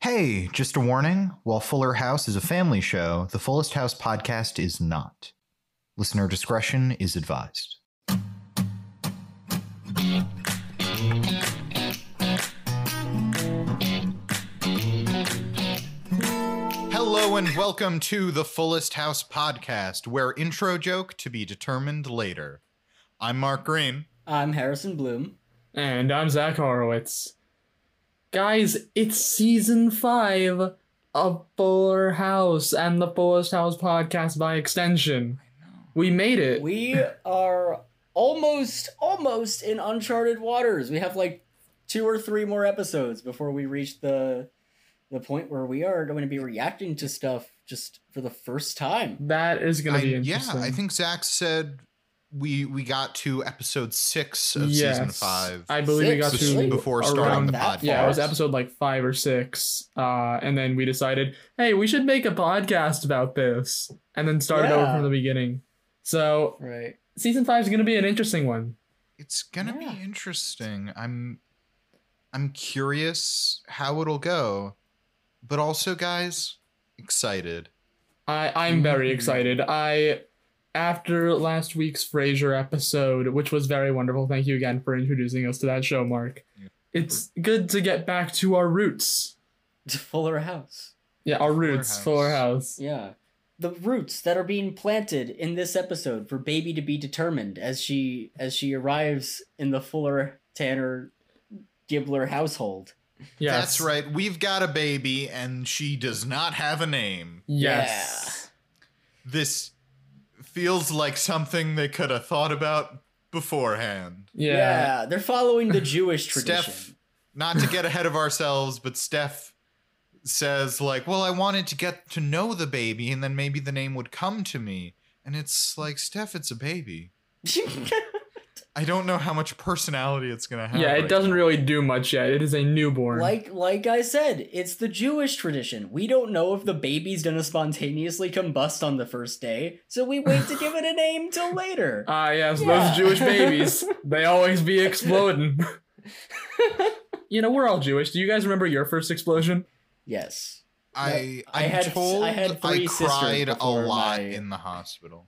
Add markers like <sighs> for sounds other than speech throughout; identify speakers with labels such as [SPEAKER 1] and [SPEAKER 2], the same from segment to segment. [SPEAKER 1] Hey, just a warning while Fuller House is a family show, the Fullest House podcast is not. Listener discretion is advised. Hello and welcome to the Fullest House podcast, where intro joke to be determined later. I'm Mark Green.
[SPEAKER 2] I'm Harrison Bloom.
[SPEAKER 3] And I'm Zach Horowitz. Guys, it's season five of Fuller House and the Fullest House podcast by extension. We made it.
[SPEAKER 2] We are almost, almost in uncharted waters. We have like two or three more episodes before we reach the the point where we are going to be reacting to stuff just for the first time.
[SPEAKER 3] that is going
[SPEAKER 1] I-
[SPEAKER 3] to be
[SPEAKER 1] yeah,
[SPEAKER 3] interesting.
[SPEAKER 1] I think Zach said we we got to episode six of season
[SPEAKER 3] Yes.
[SPEAKER 1] five.
[SPEAKER 3] I believe we
[SPEAKER 2] Six,
[SPEAKER 3] got
[SPEAKER 1] This
[SPEAKER 2] This
[SPEAKER 1] was
[SPEAKER 2] really?
[SPEAKER 3] to
[SPEAKER 1] before
[SPEAKER 3] around
[SPEAKER 1] starting the
[SPEAKER 2] that
[SPEAKER 1] podcast.
[SPEAKER 3] Yeah, it was
[SPEAKER 2] Yes.
[SPEAKER 3] episode like five or six, uh, and then we decided, hey, we should make a podcast about this, and then started over
[SPEAKER 2] Yeah.
[SPEAKER 3] from the beginning. So
[SPEAKER 2] Right.
[SPEAKER 3] season five is going to be an interesting one.
[SPEAKER 1] It's gonna
[SPEAKER 2] Yeah.
[SPEAKER 1] be interesting. I'm I'm curious how it'll go, but also, guys, excited.
[SPEAKER 3] I I'm very
[SPEAKER 2] Mhm.
[SPEAKER 1] Mm.
[SPEAKER 3] excited. I after last week's Frasier episode, which was very wonderful. Thank you again for introducing us to that show, Mark.
[SPEAKER 1] Yeah.
[SPEAKER 3] It's good to get back to our roots.
[SPEAKER 2] <laughs> To Fuller House.
[SPEAKER 3] Yeah, our
[SPEAKER 1] Fuller
[SPEAKER 3] roots,
[SPEAKER 1] House.
[SPEAKER 3] Fuller House.
[SPEAKER 2] Yeah. The roots that are being planted in this episode for baby to be determined as she as she arrives in the Fuller Tanner Gibbler household.
[SPEAKER 3] Yes.
[SPEAKER 1] That's right. We've got a baby, and she does not have a name.
[SPEAKER 3] Yes.
[SPEAKER 1] This feels like something they could have thought about beforehand.
[SPEAKER 3] Yeah.
[SPEAKER 2] they're following the Jewish tradition.
[SPEAKER 1] Steph, not to get ahead of ourselves, but Steph says like, "Well, I wanted to get to know the baby, and then maybe the name would come to me." And it's like, Steph, it's a baby. I don't know how much personality it's gonna have.
[SPEAKER 3] Yeah, it
[SPEAKER 1] right
[SPEAKER 3] doesn't
[SPEAKER 1] now.
[SPEAKER 3] really do much yet. It is a
[SPEAKER 2] <laughs>
[SPEAKER 3] newborn.
[SPEAKER 2] like like I said, it's the Jewish tradition. We don't know if the baby's gonna spontaneously combust on the first day, so we wait to give it a
[SPEAKER 1] <laughs>
[SPEAKER 2] name till later.
[SPEAKER 1] Uh,
[SPEAKER 3] ah, yes,
[SPEAKER 2] Yeah.
[SPEAKER 3] those Jewish babies. they always be exploding. you know, we're all Jewish. Do you guys remember your first explosion?
[SPEAKER 2] yes.
[SPEAKER 1] I
[SPEAKER 2] I
[SPEAKER 1] I'm
[SPEAKER 2] had-
[SPEAKER 1] told
[SPEAKER 2] I had three sisters
[SPEAKER 1] cried a
[SPEAKER 2] before
[SPEAKER 1] lot
[SPEAKER 2] my- Mm.
[SPEAKER 1] in the hospital.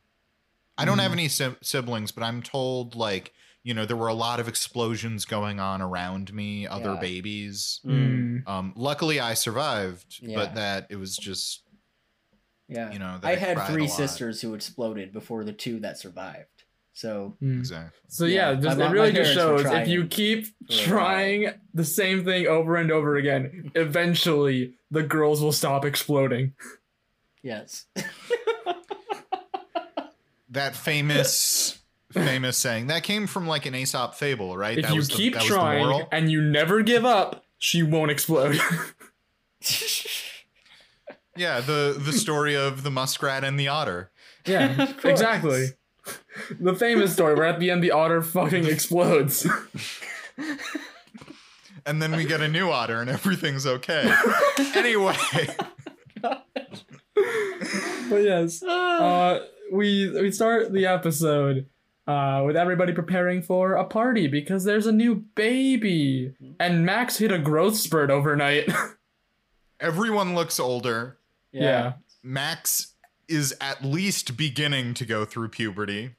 [SPEAKER 1] I don't have any si- siblings, but I'm told like you know there were a lot of explosions going on around me, other
[SPEAKER 2] Yeah.
[SPEAKER 1] babies.
[SPEAKER 2] Mm,
[SPEAKER 1] Um, luckily, I survived,
[SPEAKER 2] Yeah.
[SPEAKER 1] but that it was just
[SPEAKER 2] yeah.
[SPEAKER 1] you know that
[SPEAKER 2] I
[SPEAKER 1] cried
[SPEAKER 2] had
[SPEAKER 1] a
[SPEAKER 2] three
[SPEAKER 1] lot.
[SPEAKER 2] sisters who exploded before the two that survived. So
[SPEAKER 3] Mm.
[SPEAKER 1] Exactly.
[SPEAKER 3] So
[SPEAKER 2] Yeah,
[SPEAKER 3] yeah, just,
[SPEAKER 2] my-
[SPEAKER 3] it
[SPEAKER 2] my
[SPEAKER 3] really just
[SPEAKER 2] parents were
[SPEAKER 3] shows if you
[SPEAKER 2] trying
[SPEAKER 3] keep
[SPEAKER 2] for a while.
[SPEAKER 3] trying the same thing over and over again, eventually the girls will stop exploding.
[SPEAKER 2] yes, <laughs>
[SPEAKER 1] That famous famous saying that came from like an Aesop fable, right?
[SPEAKER 3] if
[SPEAKER 1] that
[SPEAKER 3] you
[SPEAKER 1] was the-
[SPEAKER 3] keep
[SPEAKER 1] that was the
[SPEAKER 3] trying
[SPEAKER 1] moral.
[SPEAKER 3] and you never give up, she won't explode. <laughs>
[SPEAKER 1] yeah, the the story of the muskrat and the otter.
[SPEAKER 3] yeah,
[SPEAKER 2] Of course.
[SPEAKER 3] <laughs> exactly. The famous story where at the end the otter fucking explodes. <laughs>
[SPEAKER 1] and then we get a new otter and everything's
[SPEAKER 3] <laughs>
[SPEAKER 1] okay. anyway,
[SPEAKER 3] but yes, uh, we we start the episode uh, with everybody preparing for a party because there's a new baby,
[SPEAKER 2] Mm-hmm.
[SPEAKER 3] and Max hit a growth spurt overnight. <laughs>
[SPEAKER 1] everyone looks older.
[SPEAKER 2] yeah,
[SPEAKER 1] Max is at least beginning to go through puberty.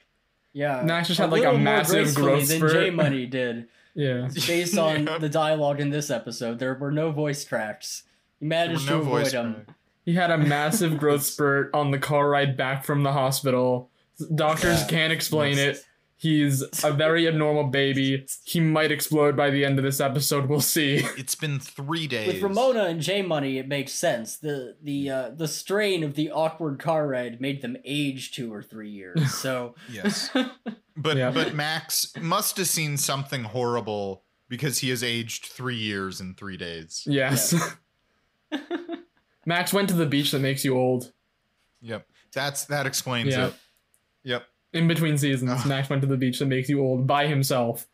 [SPEAKER 2] yeah.
[SPEAKER 3] Nash just had, like, a
[SPEAKER 2] little more
[SPEAKER 3] massive
[SPEAKER 2] gracefully
[SPEAKER 3] growth
[SPEAKER 2] than
[SPEAKER 3] spurt.
[SPEAKER 2] J Money
[SPEAKER 3] <laughs>
[SPEAKER 2] did.
[SPEAKER 3] yeah.
[SPEAKER 2] Based on
[SPEAKER 1] Yeah.
[SPEAKER 2] the dialogue in this episode, there were no voice tracks. You
[SPEAKER 1] There were
[SPEAKER 2] managed
[SPEAKER 1] no
[SPEAKER 2] to avoid
[SPEAKER 1] voice
[SPEAKER 2] them.
[SPEAKER 1] crack.
[SPEAKER 3] He had a massive growth spurt on the car ride back from the hospital. Doctors
[SPEAKER 2] Yeah.
[SPEAKER 3] can't explain it. He's a very abnormal baby. He might explode by the end of this episode. We'll see.
[SPEAKER 1] It's been three days.
[SPEAKER 2] With Ramona and J Money, it makes sense. The the uh, the strain of the awkward car ride made them age two or three
[SPEAKER 3] <laughs>
[SPEAKER 2] years. So
[SPEAKER 1] Yes. But
[SPEAKER 3] Yeah.
[SPEAKER 1] but Max must have seen something horrible because he has aged three years in three days.
[SPEAKER 3] Yes. <laughs> Max went to the beach that makes you old.
[SPEAKER 1] Yep. That's that explains
[SPEAKER 3] Yeah.
[SPEAKER 1] it. Yep.
[SPEAKER 3] In between seasons,
[SPEAKER 1] Ugh.
[SPEAKER 3] Max went to the beach that makes you old by himself.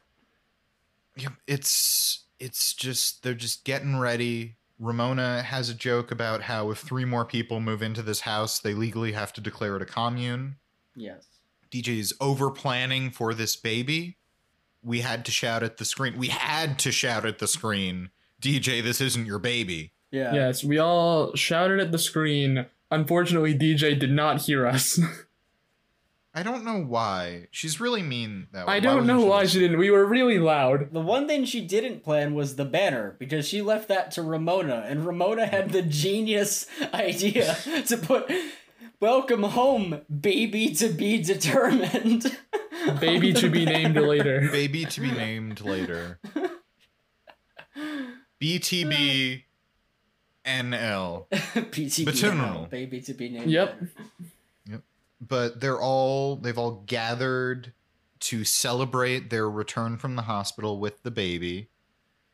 [SPEAKER 1] Yeah, it's it's just they're just getting ready. Ramona has a joke about how if three more people move into this house, they legally have to declare it a commune.
[SPEAKER 2] yes,
[SPEAKER 1] DJ is over planning for this baby. We had to shout at the screen. We had to shout at the screen. DJ, this isn't your baby.
[SPEAKER 2] Yeah.
[SPEAKER 3] Yes, we all shouted at the screen. Unfortunately, DJ did not hear us.
[SPEAKER 1] I don't know why. She's really mean that way.
[SPEAKER 3] <laughs> I don't
[SPEAKER 1] wasn't
[SPEAKER 3] know why she
[SPEAKER 1] listening?
[SPEAKER 3] didn't. We were really
[SPEAKER 2] <laughs>
[SPEAKER 3] loud.
[SPEAKER 2] The one thing she didn't plan was the banner because she left that to Ramona, and Ramona had the genius <laughs> idea to put "Welcome home, baby to be determined." <laughs> on
[SPEAKER 3] Baby
[SPEAKER 2] the
[SPEAKER 3] to be named
[SPEAKER 1] <laughs>
[SPEAKER 2] banner.
[SPEAKER 3] later.
[SPEAKER 1] Baby to be named later. BTB NL.
[SPEAKER 2] PTBL,
[SPEAKER 1] Maternal.
[SPEAKER 2] E baby to be named.
[SPEAKER 3] Yep.
[SPEAKER 2] later.
[SPEAKER 1] But they're all they've all gathered to celebrate their return from the hospital with the baby.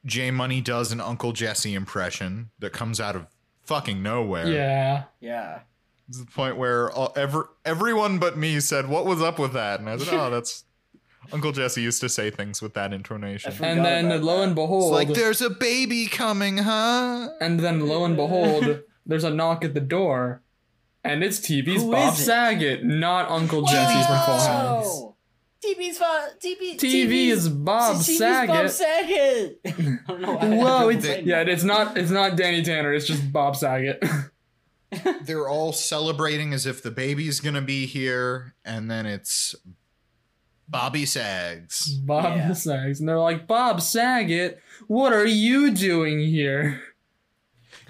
[SPEAKER 1] J Money does an Uncle Jesse impression that comes out of fucking nowhere.
[SPEAKER 3] Yeah.
[SPEAKER 2] Yeah.
[SPEAKER 1] to the point where all, ever everyone but me said, "What was up with that?" And I said, "Oh, that's Uncle Jesse used to say things with that intonation."
[SPEAKER 2] Forgot
[SPEAKER 3] And then
[SPEAKER 2] about
[SPEAKER 3] lo
[SPEAKER 2] that.
[SPEAKER 3] and
[SPEAKER 1] It's
[SPEAKER 3] behold,
[SPEAKER 1] like there's a baby coming, huh?
[SPEAKER 3] and then lo and behold, there's a knock at the door, and it's TV's
[SPEAKER 2] Who
[SPEAKER 3] Bob
[SPEAKER 2] is it?
[SPEAKER 3] Saget, not Uncle Jesse from Full House.
[SPEAKER 2] TV's fa- TV,
[SPEAKER 3] TV is Bob
[SPEAKER 2] Bob
[SPEAKER 3] Saget. <laughs>
[SPEAKER 2] Saget. I don't know why I
[SPEAKER 3] Whoa,
[SPEAKER 2] had to
[SPEAKER 3] it's
[SPEAKER 2] say
[SPEAKER 3] yeah, it's not it's not Danny Tanner, it's just Bob Saget. <laughs>
[SPEAKER 1] They're all celebrating as if the baby's gonna be here, and then it's Bobby Sags.
[SPEAKER 3] Bob
[SPEAKER 2] Yeah.
[SPEAKER 3] Saget. And they're like, Bob Saget, what are you doing here?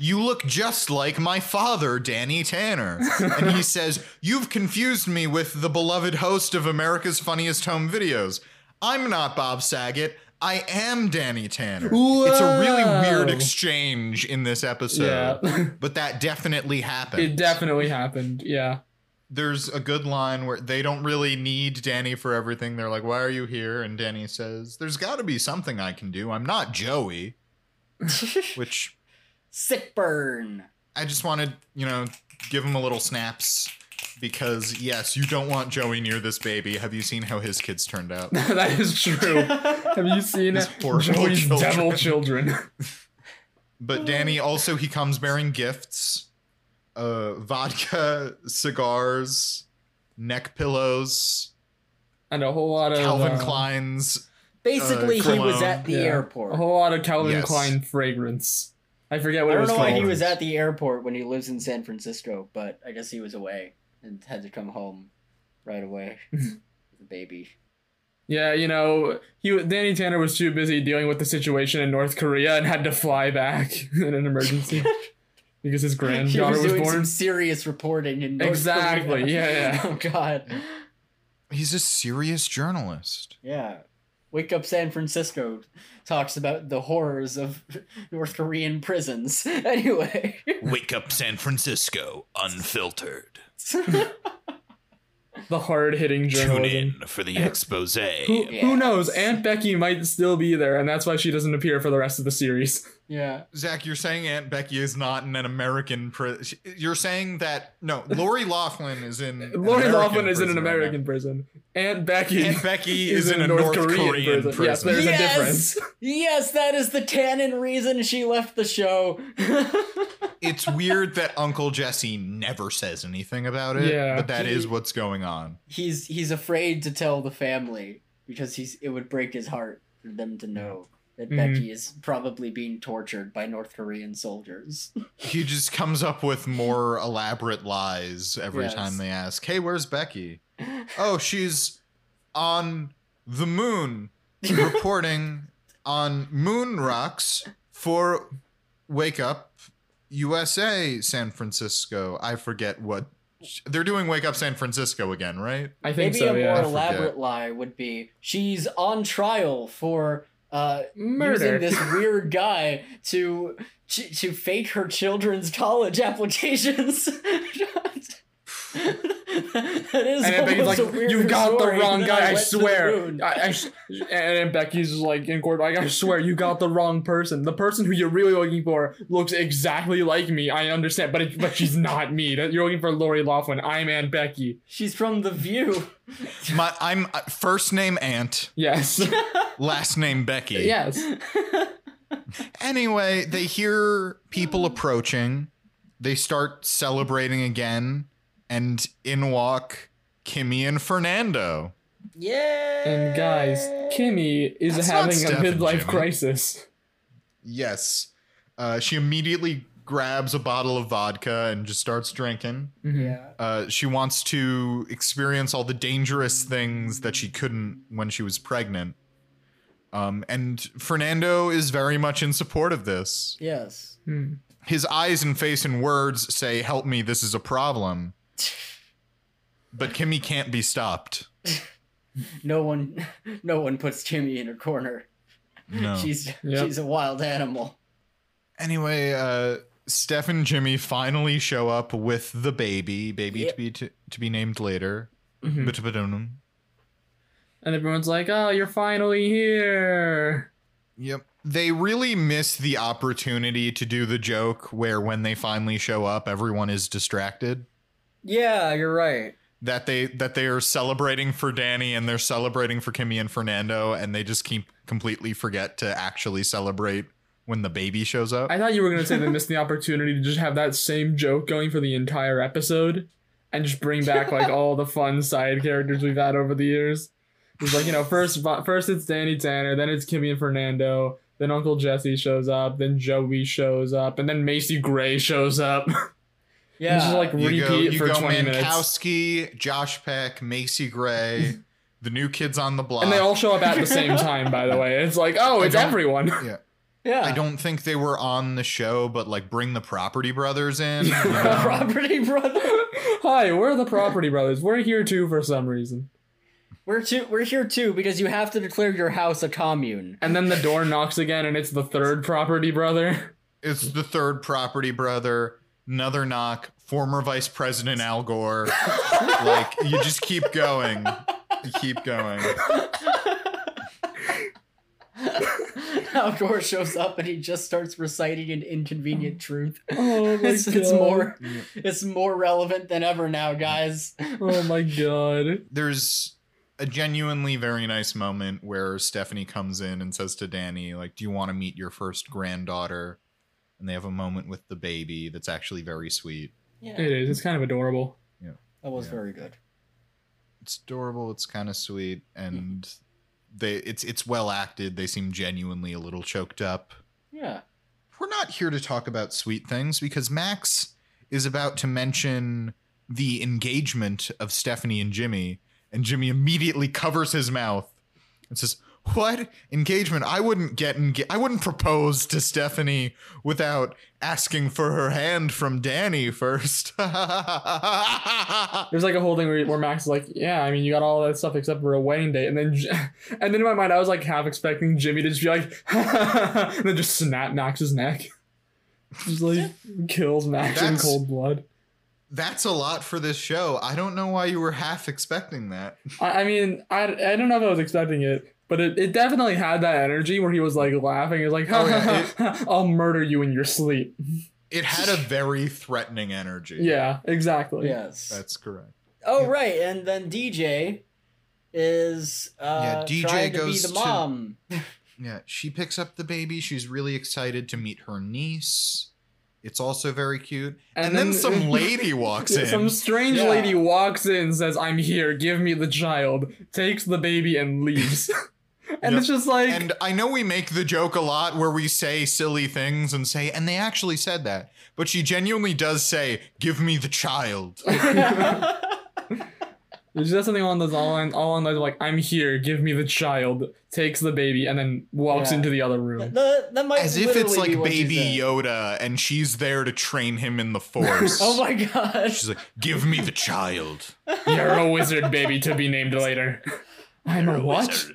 [SPEAKER 1] You look just like my father, Danny Tanner. And
[SPEAKER 3] <laughs>
[SPEAKER 1] he says, You've confused me with the beloved host of America's Funniest Home Videos. I'm not Bob Saget. I am Danny Tanner. It's a really weird
[SPEAKER 3] Whoa.
[SPEAKER 1] exchange in this episode.
[SPEAKER 3] yeah. <laughs>
[SPEAKER 1] But that definitely happened.
[SPEAKER 3] it definitely happened. Yeah. <laughs>
[SPEAKER 1] There's a good line where they don't really need Danny for everything. They're like, Why are you here? And Danny says, There's got to be something I can do. I'm not Joey, which
[SPEAKER 2] <laughs> Sick burn.
[SPEAKER 1] I just wanted, you know, give him a little snaps because yes, you don't want Joey near this baby. Have you seen how his kids turned
[SPEAKER 3] <laughs>
[SPEAKER 1] out?
[SPEAKER 3] that
[SPEAKER 2] <laughs>
[SPEAKER 3] is true. Have you seen
[SPEAKER 1] These
[SPEAKER 3] it?
[SPEAKER 1] horrible
[SPEAKER 3] Joey's
[SPEAKER 1] children.
[SPEAKER 3] devil children? <laughs>
[SPEAKER 1] But Danny also he comes bearing gifts, uh, vodka, cigars, neck pillows,
[SPEAKER 3] and a whole lot of
[SPEAKER 1] Calvin
[SPEAKER 3] uh,
[SPEAKER 1] Klein's.
[SPEAKER 2] Basically, he was
[SPEAKER 1] cologne.
[SPEAKER 2] at the
[SPEAKER 3] yeah, Oh,
[SPEAKER 2] airport.
[SPEAKER 3] A whole lot of Calvin
[SPEAKER 1] Yes.
[SPEAKER 3] Klein fragrance. I forget
[SPEAKER 2] I
[SPEAKER 3] what it
[SPEAKER 2] don't
[SPEAKER 3] was
[SPEAKER 2] know
[SPEAKER 3] called.
[SPEAKER 2] why he was at the airport when he lives in San Francisco, but I guess he was away and had to come home right away. <laughs> with the baby.
[SPEAKER 3] Yeah, you know, he wa- Danny Tanner was too busy dealing with the situation in North Korea and had to fly back <laughs> in
[SPEAKER 2] <laughs>
[SPEAKER 3] an emergency because his
[SPEAKER 2] he
[SPEAKER 3] granddaughter
[SPEAKER 2] was
[SPEAKER 3] was,
[SPEAKER 2] doing
[SPEAKER 3] born.
[SPEAKER 2] some serious reporting in North
[SPEAKER 3] Exactly,
[SPEAKER 2] Korea.
[SPEAKER 3] yeah, yeah.
[SPEAKER 2] <laughs> Oh God.
[SPEAKER 1] He's a serious journalist.
[SPEAKER 2] Yeah. Wake Up San Francisco talks about the horrors of <laughs> North Korean prisons. <laughs> Anyway.
[SPEAKER 1] Wake up, San Francisco, unfiltered.
[SPEAKER 3] The hard-hitting journalism.
[SPEAKER 1] for the expose.
[SPEAKER 3] Who, who
[SPEAKER 2] Yes.
[SPEAKER 3] knows? Aunt Becky might still be there, and that's why she doesn't appear for the rest of the series.
[SPEAKER 2] <laughs>
[SPEAKER 3] <laughs>
[SPEAKER 2] yeah.
[SPEAKER 1] Zach, you're saying Aunt Becky is not in an American prison. You're saying that no, Lori Laughlin is in. an
[SPEAKER 3] <laughs> Lori
[SPEAKER 1] American
[SPEAKER 3] Laughlin is in
[SPEAKER 1] prison
[SPEAKER 3] an
[SPEAKER 1] right
[SPEAKER 3] American prison. Aunt Becky.
[SPEAKER 1] now. Aunt Becky is, in a North, Korean, prison.
[SPEAKER 3] Yes, There's a
[SPEAKER 2] yes! Yes, that is the canon reason she left the show. <laughs>
[SPEAKER 1] it's weird that Uncle Jesse never says anything about it.
[SPEAKER 3] Yeah.
[SPEAKER 1] but that is
[SPEAKER 2] He-
[SPEAKER 1] what's going on.
[SPEAKER 2] he's he's afraid to tell the family because he's it would break his heart for them to know that
[SPEAKER 3] Mhm.
[SPEAKER 2] Becky is probably being tortured by North Korean soldiers.
[SPEAKER 1] He just comes up with more elaborate lies every
[SPEAKER 2] Yes.
[SPEAKER 1] time they ask, "Hey, where's Becky?" oh, she's on the moon reporting on moon rocks for Wake Up USA San Francisco. I forget what they're doing. Wake Up San Francisco again, right?
[SPEAKER 3] <laughs> I think
[SPEAKER 2] Maybe
[SPEAKER 3] so.
[SPEAKER 2] a more
[SPEAKER 3] Yeah.
[SPEAKER 2] elaborate lie would be she's on trial for uh using
[SPEAKER 3] Murder. <laughs>
[SPEAKER 2] this weird guy to to, to fake her children's college applications. <laughs> <laughs> that is
[SPEAKER 3] and Aunt Becky's
[SPEAKER 2] almost
[SPEAKER 3] like,
[SPEAKER 2] a weird
[SPEAKER 3] "You got the
[SPEAKER 2] story,
[SPEAKER 3] wrong
[SPEAKER 2] and then
[SPEAKER 3] guy. I,
[SPEAKER 2] went to the
[SPEAKER 3] swear."
[SPEAKER 2] moon."
[SPEAKER 3] I, I s- and Aunt Becky's just like in court, like, "I swear, you got the wrong person. The person who you're really looking for looks exactly like me. I understand, but it, but she's not me. That- You're looking for Lori Laughlin. I'm Aunt Becky.
[SPEAKER 2] She's from The View.
[SPEAKER 1] My, I'm uh, first name Aunt,
[SPEAKER 2] <laughs>
[SPEAKER 3] Yes,
[SPEAKER 1] last name Becky.
[SPEAKER 3] yes.
[SPEAKER 1] Anyway, they hear people approaching. They start celebrating again, and in walk Kimmy and Fernando.
[SPEAKER 2] Yeah.
[SPEAKER 3] And guys, Kimmy is
[SPEAKER 1] That's not
[SPEAKER 3] having a
[SPEAKER 1] Steph and
[SPEAKER 3] midlife
[SPEAKER 1] Jimmy.
[SPEAKER 3] crisis.
[SPEAKER 1] Yes. Uh, she immediately grabs a bottle of vodka and just starts drinking.
[SPEAKER 3] Mhm.
[SPEAKER 2] Yeah.
[SPEAKER 1] Uh, she wants to experience all the dangerous things that she couldn't when she was pregnant. Um, and Fernando is very much in support of this.
[SPEAKER 2] Yes.
[SPEAKER 3] Hmm.
[SPEAKER 1] His eyes and face and words say, Help me, this is a problem. But Kimmy can't be stopped.
[SPEAKER 2] No one, <laughs> no one puts Kimmy in a corner.
[SPEAKER 1] No.
[SPEAKER 2] She's
[SPEAKER 3] Yep.
[SPEAKER 2] she's a wild animal.
[SPEAKER 1] anyway, uh, Steph and Jimmy finally show up with the baby, baby
[SPEAKER 2] Yep.
[SPEAKER 1] to be to, to be named later.
[SPEAKER 3] Mhm.
[SPEAKER 1] Ba-da-ba-dum.
[SPEAKER 3] And everyone's like, "Oh, you're finally here."
[SPEAKER 1] Yep. They really miss the opportunity to do the joke where when they finally show up, everyone is distracted.
[SPEAKER 2] Yeah, you're right.
[SPEAKER 1] That they that they are celebrating for Danny and they're celebrating for Kimmy and Fernando, and they just keep completely forget to actually celebrate when the baby shows up.
[SPEAKER 3] I thought you were gonna say they missed the opportunity to just have that same joke going for the entire episode, and just bring back like all the fun side characters we've had over the years. It's like you know, first first it's Danny Tanner, then it's Kimmy and Fernando, then Uncle Jesse shows up, then Joey shows up, and then Macy Gray shows up. <laughs>
[SPEAKER 2] Yeah.
[SPEAKER 3] just like
[SPEAKER 1] you
[SPEAKER 3] repeat
[SPEAKER 1] go, you
[SPEAKER 3] for
[SPEAKER 1] go
[SPEAKER 3] twenty minutes,
[SPEAKER 1] Mankowski, Josh Peck, Macy Gray, the new kids on the block.
[SPEAKER 3] and they all show up at
[SPEAKER 1] <laughs>
[SPEAKER 3] the same time. By the way, it's like, oh,
[SPEAKER 1] I
[SPEAKER 3] it's
[SPEAKER 1] don't-
[SPEAKER 3] everyone. <laughs>
[SPEAKER 2] yeah.
[SPEAKER 1] I don't think they were on the show, but like bring the Property Brothers in.
[SPEAKER 3] <laughs>
[SPEAKER 1] you know?
[SPEAKER 2] <laughs> property brother.
[SPEAKER 3] Hi, we're the Property Brothers. We're here too for some reason.
[SPEAKER 2] We're too. We're here too because you have to declare your house a commune. <laughs>
[SPEAKER 3] And then the door knocks again, and it's the third Property Brother. <laughs>
[SPEAKER 1] It's the third property brother, another knock, former vice president Al Gore.
[SPEAKER 3] <laughs>
[SPEAKER 1] like you just keep going. You keep going.
[SPEAKER 2] Al Gore shows up and he just starts reciting an inconvenient truth.
[SPEAKER 3] Oh
[SPEAKER 2] <laughs>
[SPEAKER 3] my
[SPEAKER 2] It's,
[SPEAKER 3] god!
[SPEAKER 2] it's more. It's more relevant than ever now, guys.
[SPEAKER 3] Oh my god!
[SPEAKER 1] There's a genuinely very nice moment where Stephanie comes in and says to Danny, like, do you want to meet your first granddaughter? And they have a moment with the baby that's actually very sweet.
[SPEAKER 2] Yeah.
[SPEAKER 3] It is. It's kind of adorable.
[SPEAKER 2] That was
[SPEAKER 1] Yeah.
[SPEAKER 2] very good.
[SPEAKER 1] It's adorable, it's kind of sweet, and they it's it's well acted. They seem genuinely a little choked up.
[SPEAKER 2] Yeah.
[SPEAKER 1] we're not here to talk about sweet things because Max is about to mention the engagement of Stephanie and Jimmy, and Jimmy immediately covers his mouth and says, "What engagement? I wouldn't get enga- I wouldn't propose to Stephanie without asking for her hand from Danny first. <laughs>
[SPEAKER 3] There's like a whole thing where, where Max is like, "Yeah, I mean, you got all that stuff except for a wedding date," and then, J- <laughs> and then in my mind, I was like half expecting Jimmy to just be like, <laughs> and then just snap Max's neck. <laughs> Just like kills Max in
[SPEAKER 1] That's-
[SPEAKER 3] cold blood.
[SPEAKER 1] That's a lot for this show. I don't know why you were half expecting that.
[SPEAKER 3] I, I mean, I, I don't know if I was expecting it, but it, it definitely had that energy where he was like laughing. He was like,
[SPEAKER 1] Oh,
[SPEAKER 3] <laughs>
[SPEAKER 1] yeah,
[SPEAKER 3] I'll murder you in your sleep.
[SPEAKER 1] It had a very threatening energy.
[SPEAKER 3] Yeah, exactly.
[SPEAKER 2] Yes.
[SPEAKER 1] That's correct.
[SPEAKER 2] Oh
[SPEAKER 1] Yeah.
[SPEAKER 2] right, and then DJ is uh,
[SPEAKER 1] Yeah, DJ
[SPEAKER 2] trying to
[SPEAKER 1] goes
[SPEAKER 2] be the
[SPEAKER 1] to- <laughs>
[SPEAKER 2] mom. <laughs>
[SPEAKER 1] Yeah, she picks up the baby. She's really excited to meet her niece. It's also very cute. And, then,
[SPEAKER 2] <laughs>
[SPEAKER 1] some
[SPEAKER 3] <laughs>
[SPEAKER 1] lady walks
[SPEAKER 3] Yeah,
[SPEAKER 1] in.
[SPEAKER 3] Some strange
[SPEAKER 2] Yeah.
[SPEAKER 3] lady walks in, says, I'm here, give me the child, takes the baby
[SPEAKER 1] <laughs>
[SPEAKER 3] and leaves. and
[SPEAKER 1] Yep.
[SPEAKER 3] it's just like,
[SPEAKER 1] and I know we make the joke a lot where we say silly things and say, and they actually said that. But she genuinely does say, give me the
[SPEAKER 2] <laughs>
[SPEAKER 1] child.
[SPEAKER 3] she does something along those all lines, all along those like, I'm here, give me the child, takes the baby, and then walks
[SPEAKER 2] Yeah.
[SPEAKER 3] into the
[SPEAKER 1] <laughs>
[SPEAKER 3] other room.
[SPEAKER 2] The- that might
[SPEAKER 1] As if it's
[SPEAKER 2] literally be
[SPEAKER 1] like
[SPEAKER 2] what she
[SPEAKER 1] baby
[SPEAKER 2] said.
[SPEAKER 1] Yoda and she's there to train him
[SPEAKER 2] <laughs>
[SPEAKER 1] in the force.
[SPEAKER 2] Oh my gosh!
[SPEAKER 1] She's like, give me the
[SPEAKER 2] <laughs>
[SPEAKER 1] child.
[SPEAKER 3] You're a wizard, baby, to be named
[SPEAKER 1] <laughs>
[SPEAKER 3] later. I'm a what?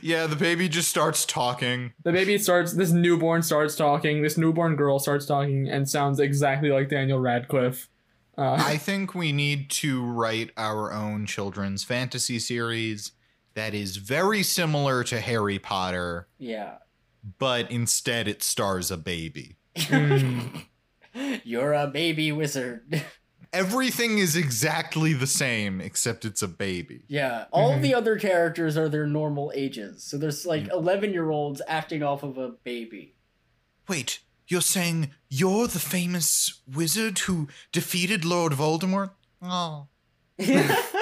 [SPEAKER 1] Yeah, the baby just starts talking.
[SPEAKER 3] The baby starts, this newborn starts talking, this newborn girl starts talking, and sounds exactly like Daniel Radcliffe. Uh,
[SPEAKER 1] I think we need to write our own children's fantasy series that is very similar to Harry Potter,
[SPEAKER 2] Yeah,
[SPEAKER 1] but instead it stars a baby.
[SPEAKER 3] <laughs> Mm.
[SPEAKER 2] you're a baby wizard. <laughs>
[SPEAKER 1] Everything is exactly the same except it's a baby.
[SPEAKER 2] Yeah, all
[SPEAKER 3] Mhm.
[SPEAKER 2] the other characters are their normal ages, so there's like
[SPEAKER 1] Mm-hmm. Mm.
[SPEAKER 2] eleven year olds acting off of a
[SPEAKER 1] <laughs>
[SPEAKER 2] baby.
[SPEAKER 1] Wait, you're saying you're the famous wizard who defeated Lord Voldemort? Oh.
[SPEAKER 2] yes.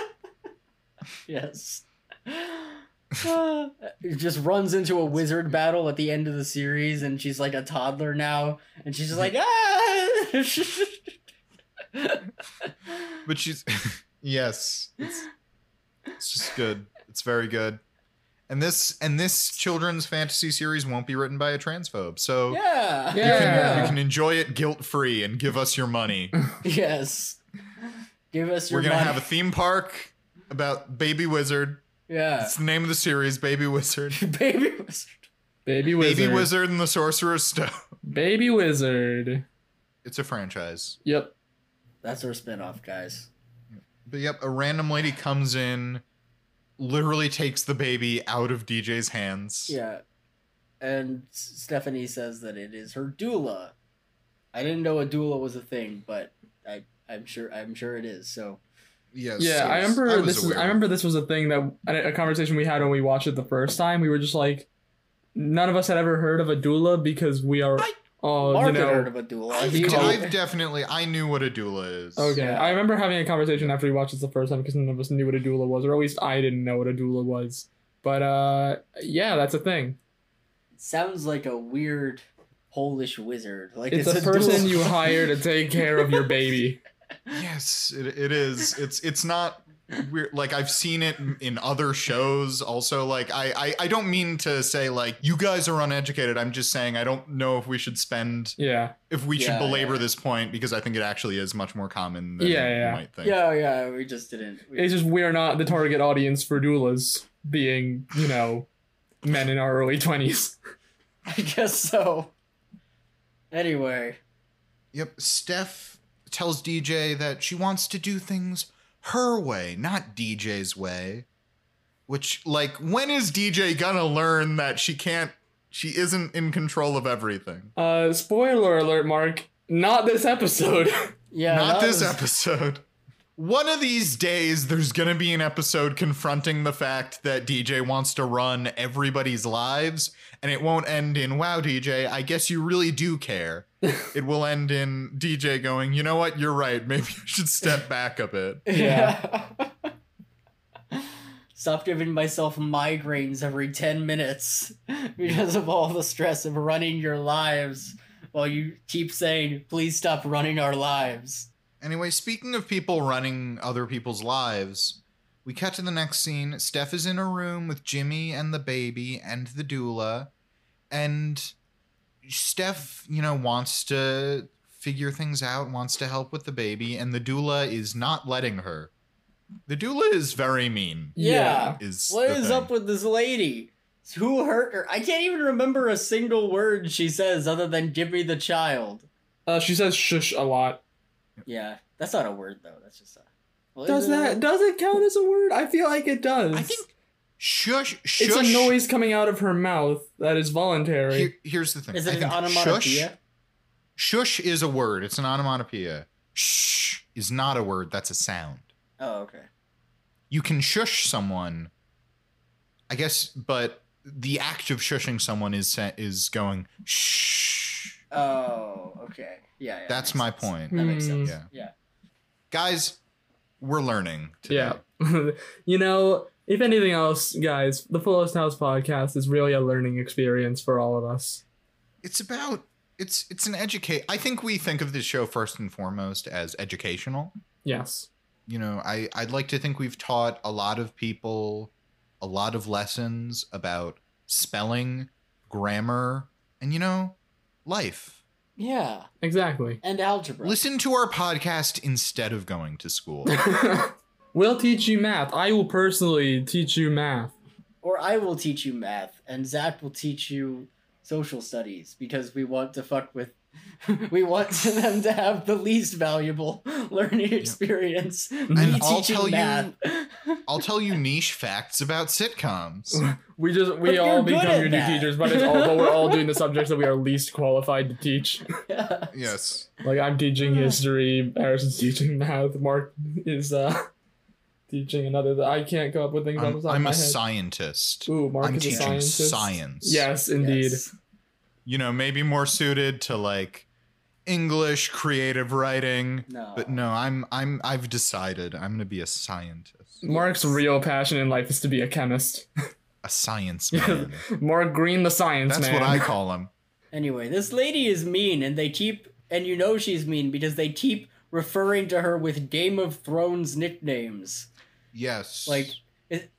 [SPEAKER 2] Ah. It just runs into a wizard battle at the end of the series, and she's like a toddler now, and she's just like
[SPEAKER 1] Mm-hmm.
[SPEAKER 2] ah. <laughs>
[SPEAKER 1] But she's <laughs> yes, it's, it's just good. It's very good. And this and this children's fantasy series won't be written by a transphobe, so
[SPEAKER 2] yeah.
[SPEAKER 1] Oh. you, can,
[SPEAKER 3] Yeah.
[SPEAKER 1] you can enjoy it guilt free and give us your
[SPEAKER 3] <laughs>
[SPEAKER 1] money.
[SPEAKER 2] Yes. Give us your
[SPEAKER 1] We're gonna
[SPEAKER 2] money.
[SPEAKER 1] have a theme park about Baby Wizard.
[SPEAKER 2] yeah. <laughs>
[SPEAKER 3] Uh.
[SPEAKER 1] It's the name of the series, Baby Wizard.
[SPEAKER 2] Baby wizard.
[SPEAKER 3] <laughs> Baby wizard.
[SPEAKER 1] Baby Wizard and the Sorcerer's Stone. <laughs>
[SPEAKER 3] Baby wizard.
[SPEAKER 1] It's a franchise.
[SPEAKER 3] Yep.
[SPEAKER 2] That's our spinoff, guys.
[SPEAKER 1] But yep, a random lady comes in, literally takes the baby out of DJ's hands.
[SPEAKER 2] Yeah. And S- Stephanie says that it is her doula. I didn't know a doula was a thing, but I I'm sure I'm sure it is. So
[SPEAKER 1] Yes,
[SPEAKER 3] Yeah, I
[SPEAKER 1] yes.
[SPEAKER 3] remember
[SPEAKER 1] was
[SPEAKER 3] this. Is,
[SPEAKER 1] aware.
[SPEAKER 3] I remember this was a thing that a a conversation we had when we watched it the first time. We were just like, none of us had ever heard of a doula because we are
[SPEAKER 1] I-
[SPEAKER 3] all you
[SPEAKER 2] Mark had
[SPEAKER 3] know.
[SPEAKER 2] heard of a doula.
[SPEAKER 1] I've,
[SPEAKER 2] He-
[SPEAKER 1] I've definitely I knew what a doula is.
[SPEAKER 3] Okay,
[SPEAKER 2] Yeah.
[SPEAKER 3] I remember having a conversation after we watched this the first time because none of us knew what a doula was, or at least I didn't know what a doula was. But uh, yeah, that's a thing.
[SPEAKER 2] sounds like a weird Polish wizard. Like
[SPEAKER 3] It's,
[SPEAKER 2] it's,
[SPEAKER 3] a, person
[SPEAKER 2] doula. <laughs>
[SPEAKER 3] you hire to take care of your baby.
[SPEAKER 1] Yes, it, it is. It's it's not weird. Like I've seen it m- in other shows. Also, like I, I I don't mean to say like you guys are uneducated. I'm just saying I don't know if we should spend
[SPEAKER 3] Yeah,
[SPEAKER 1] if we
[SPEAKER 2] Yeah,
[SPEAKER 1] should belabor
[SPEAKER 2] yeah.
[SPEAKER 1] this point because I think it actually is much more common than
[SPEAKER 3] Yeah, yeah.
[SPEAKER 1] you might think.
[SPEAKER 2] Yeah, yeah, we just didn't. we-
[SPEAKER 3] it's just we're not the target audience for doulas, being you know, men in our early twenties.
[SPEAKER 2] <laughs> I guess so. Anyway,
[SPEAKER 1] Yep. Steph tells DJ that she wants to do things her way, not DJ's way. Which, like, when is DJ gonna learn that she can't, she isn't in control of everything?
[SPEAKER 3] Uh, spoiler alert, Mark. Not this episode.
[SPEAKER 2] yeah,
[SPEAKER 1] not
[SPEAKER 2] that
[SPEAKER 1] this
[SPEAKER 2] was-
[SPEAKER 1] episode. One of these days, there's gonna be an episode confronting the fact that DJ wants to run everybody's lives, and it won't end in, wow, DJ, I guess you really do
[SPEAKER 2] <laughs>
[SPEAKER 1] care. it will end in DJ going, you know what, you're right, maybe you should step back a bit.
[SPEAKER 3] <laughs>
[SPEAKER 2] Yeah. <laughs> Stop giving myself migraines every 10 minutes <laughs> because of all the stress of running your lives while you keep saying, please stop running our lives.
[SPEAKER 1] Anyway, speaking of people running other people's lives, we cut to the next scene. Steph is in a room with Jimmy and the baby and the doula, and Steph, you know, wants to figure things out, wants to help with the baby, and the doula is not letting her. The doula is very mean.
[SPEAKER 2] Yeah.
[SPEAKER 1] Is
[SPEAKER 2] What
[SPEAKER 1] the
[SPEAKER 2] is
[SPEAKER 1] thing.
[SPEAKER 2] up with this lady? Who hurt her? I can't even remember a single word she says other than give me the child.
[SPEAKER 3] Uh, she says shush a lot.
[SPEAKER 2] Yeah, that's not a word though. That's just a. Well,
[SPEAKER 3] Does
[SPEAKER 2] isn't
[SPEAKER 3] that
[SPEAKER 2] it?
[SPEAKER 3] does it count as a word? I feel like it does.
[SPEAKER 1] I think shush shush
[SPEAKER 3] it's a noise coming out of her mouth that is voluntary.
[SPEAKER 1] Here- here's the thing.
[SPEAKER 2] Is
[SPEAKER 1] I
[SPEAKER 2] it an
[SPEAKER 1] think Shush,
[SPEAKER 2] onomatopoeia?
[SPEAKER 1] Shush is a word. It's an onomatopoeia. Shh is not a word. That's a sound.
[SPEAKER 2] Oh, okay.
[SPEAKER 1] You can shush someone, I guess, but the act of shushing someone is sa- is going shh.
[SPEAKER 2] Oh, okay. Yeah. yeah that
[SPEAKER 1] That's
[SPEAKER 2] makes
[SPEAKER 1] my
[SPEAKER 2] sense.
[SPEAKER 1] point.
[SPEAKER 2] That makes
[SPEAKER 3] Hmm.
[SPEAKER 2] sense.
[SPEAKER 1] Yeah.
[SPEAKER 2] yeah.
[SPEAKER 1] Guys, we're learning. Today.
[SPEAKER 3] yeah. <laughs> you know, if anything else, guys, the Fullest House podcast is really a learning experience for all of us.
[SPEAKER 1] it's about it's it's an educate. I think we think of this show first and foremost as educational.
[SPEAKER 3] Yes.
[SPEAKER 1] you know i i'd like to think we've taught a lot of people a lot of lessons about spelling grammar and you know life
[SPEAKER 2] Yeah,
[SPEAKER 3] Exactly. <laughs>
[SPEAKER 2] and algebra.
[SPEAKER 1] listen to our podcast instead of going to
[SPEAKER 3] <laughs>
[SPEAKER 1] school
[SPEAKER 3] we'll teach you math. I will personally teach you math.
[SPEAKER 2] Or I will teach you math, and Zach will teach you social studies because we want to fuck with. <laughs> we want <laughs> to them to have the least valuable <laughs> learning experience. Me
[SPEAKER 1] And I'll
[SPEAKER 2] teaching
[SPEAKER 1] tell you-
[SPEAKER 2] math. <laughs>
[SPEAKER 1] i'll tell you niche facts about sitcoms
[SPEAKER 3] <laughs> We just
[SPEAKER 2] But
[SPEAKER 3] we
[SPEAKER 2] you're
[SPEAKER 3] all
[SPEAKER 2] good at
[SPEAKER 3] become your new
[SPEAKER 2] that.
[SPEAKER 3] teachers, but it's all but we're all
[SPEAKER 2] <laughs>
[SPEAKER 3] doing the subjects that we are least qualified to teach.
[SPEAKER 1] yes
[SPEAKER 3] Like I'm teaching history, Harrison's teaching math, Mark is uh teaching another that I can't come up with things on the
[SPEAKER 1] i'm,
[SPEAKER 3] top of
[SPEAKER 1] I'm
[SPEAKER 3] my
[SPEAKER 1] a
[SPEAKER 3] head.
[SPEAKER 1] scientist
[SPEAKER 3] Ooh, Mark
[SPEAKER 1] i'm
[SPEAKER 3] is a
[SPEAKER 1] teaching
[SPEAKER 3] scientist.
[SPEAKER 1] science
[SPEAKER 3] Yes, indeed.
[SPEAKER 2] Yes.
[SPEAKER 1] you know maybe more suited to like english creative writing
[SPEAKER 2] No.
[SPEAKER 1] but no i'm i'm i've decided i'm gonna be a scientist
[SPEAKER 3] Mark's real passion in life is to be a chemist. <laughs>
[SPEAKER 1] a science man.
[SPEAKER 3] Mark Green, the science
[SPEAKER 1] That's
[SPEAKER 3] man.
[SPEAKER 1] what I call him.
[SPEAKER 2] Anyway, this lady is mean, and they keep, and you know she's mean because they keep referring to her with Game of Thrones nicknames.
[SPEAKER 1] Yes.
[SPEAKER 2] Like, it,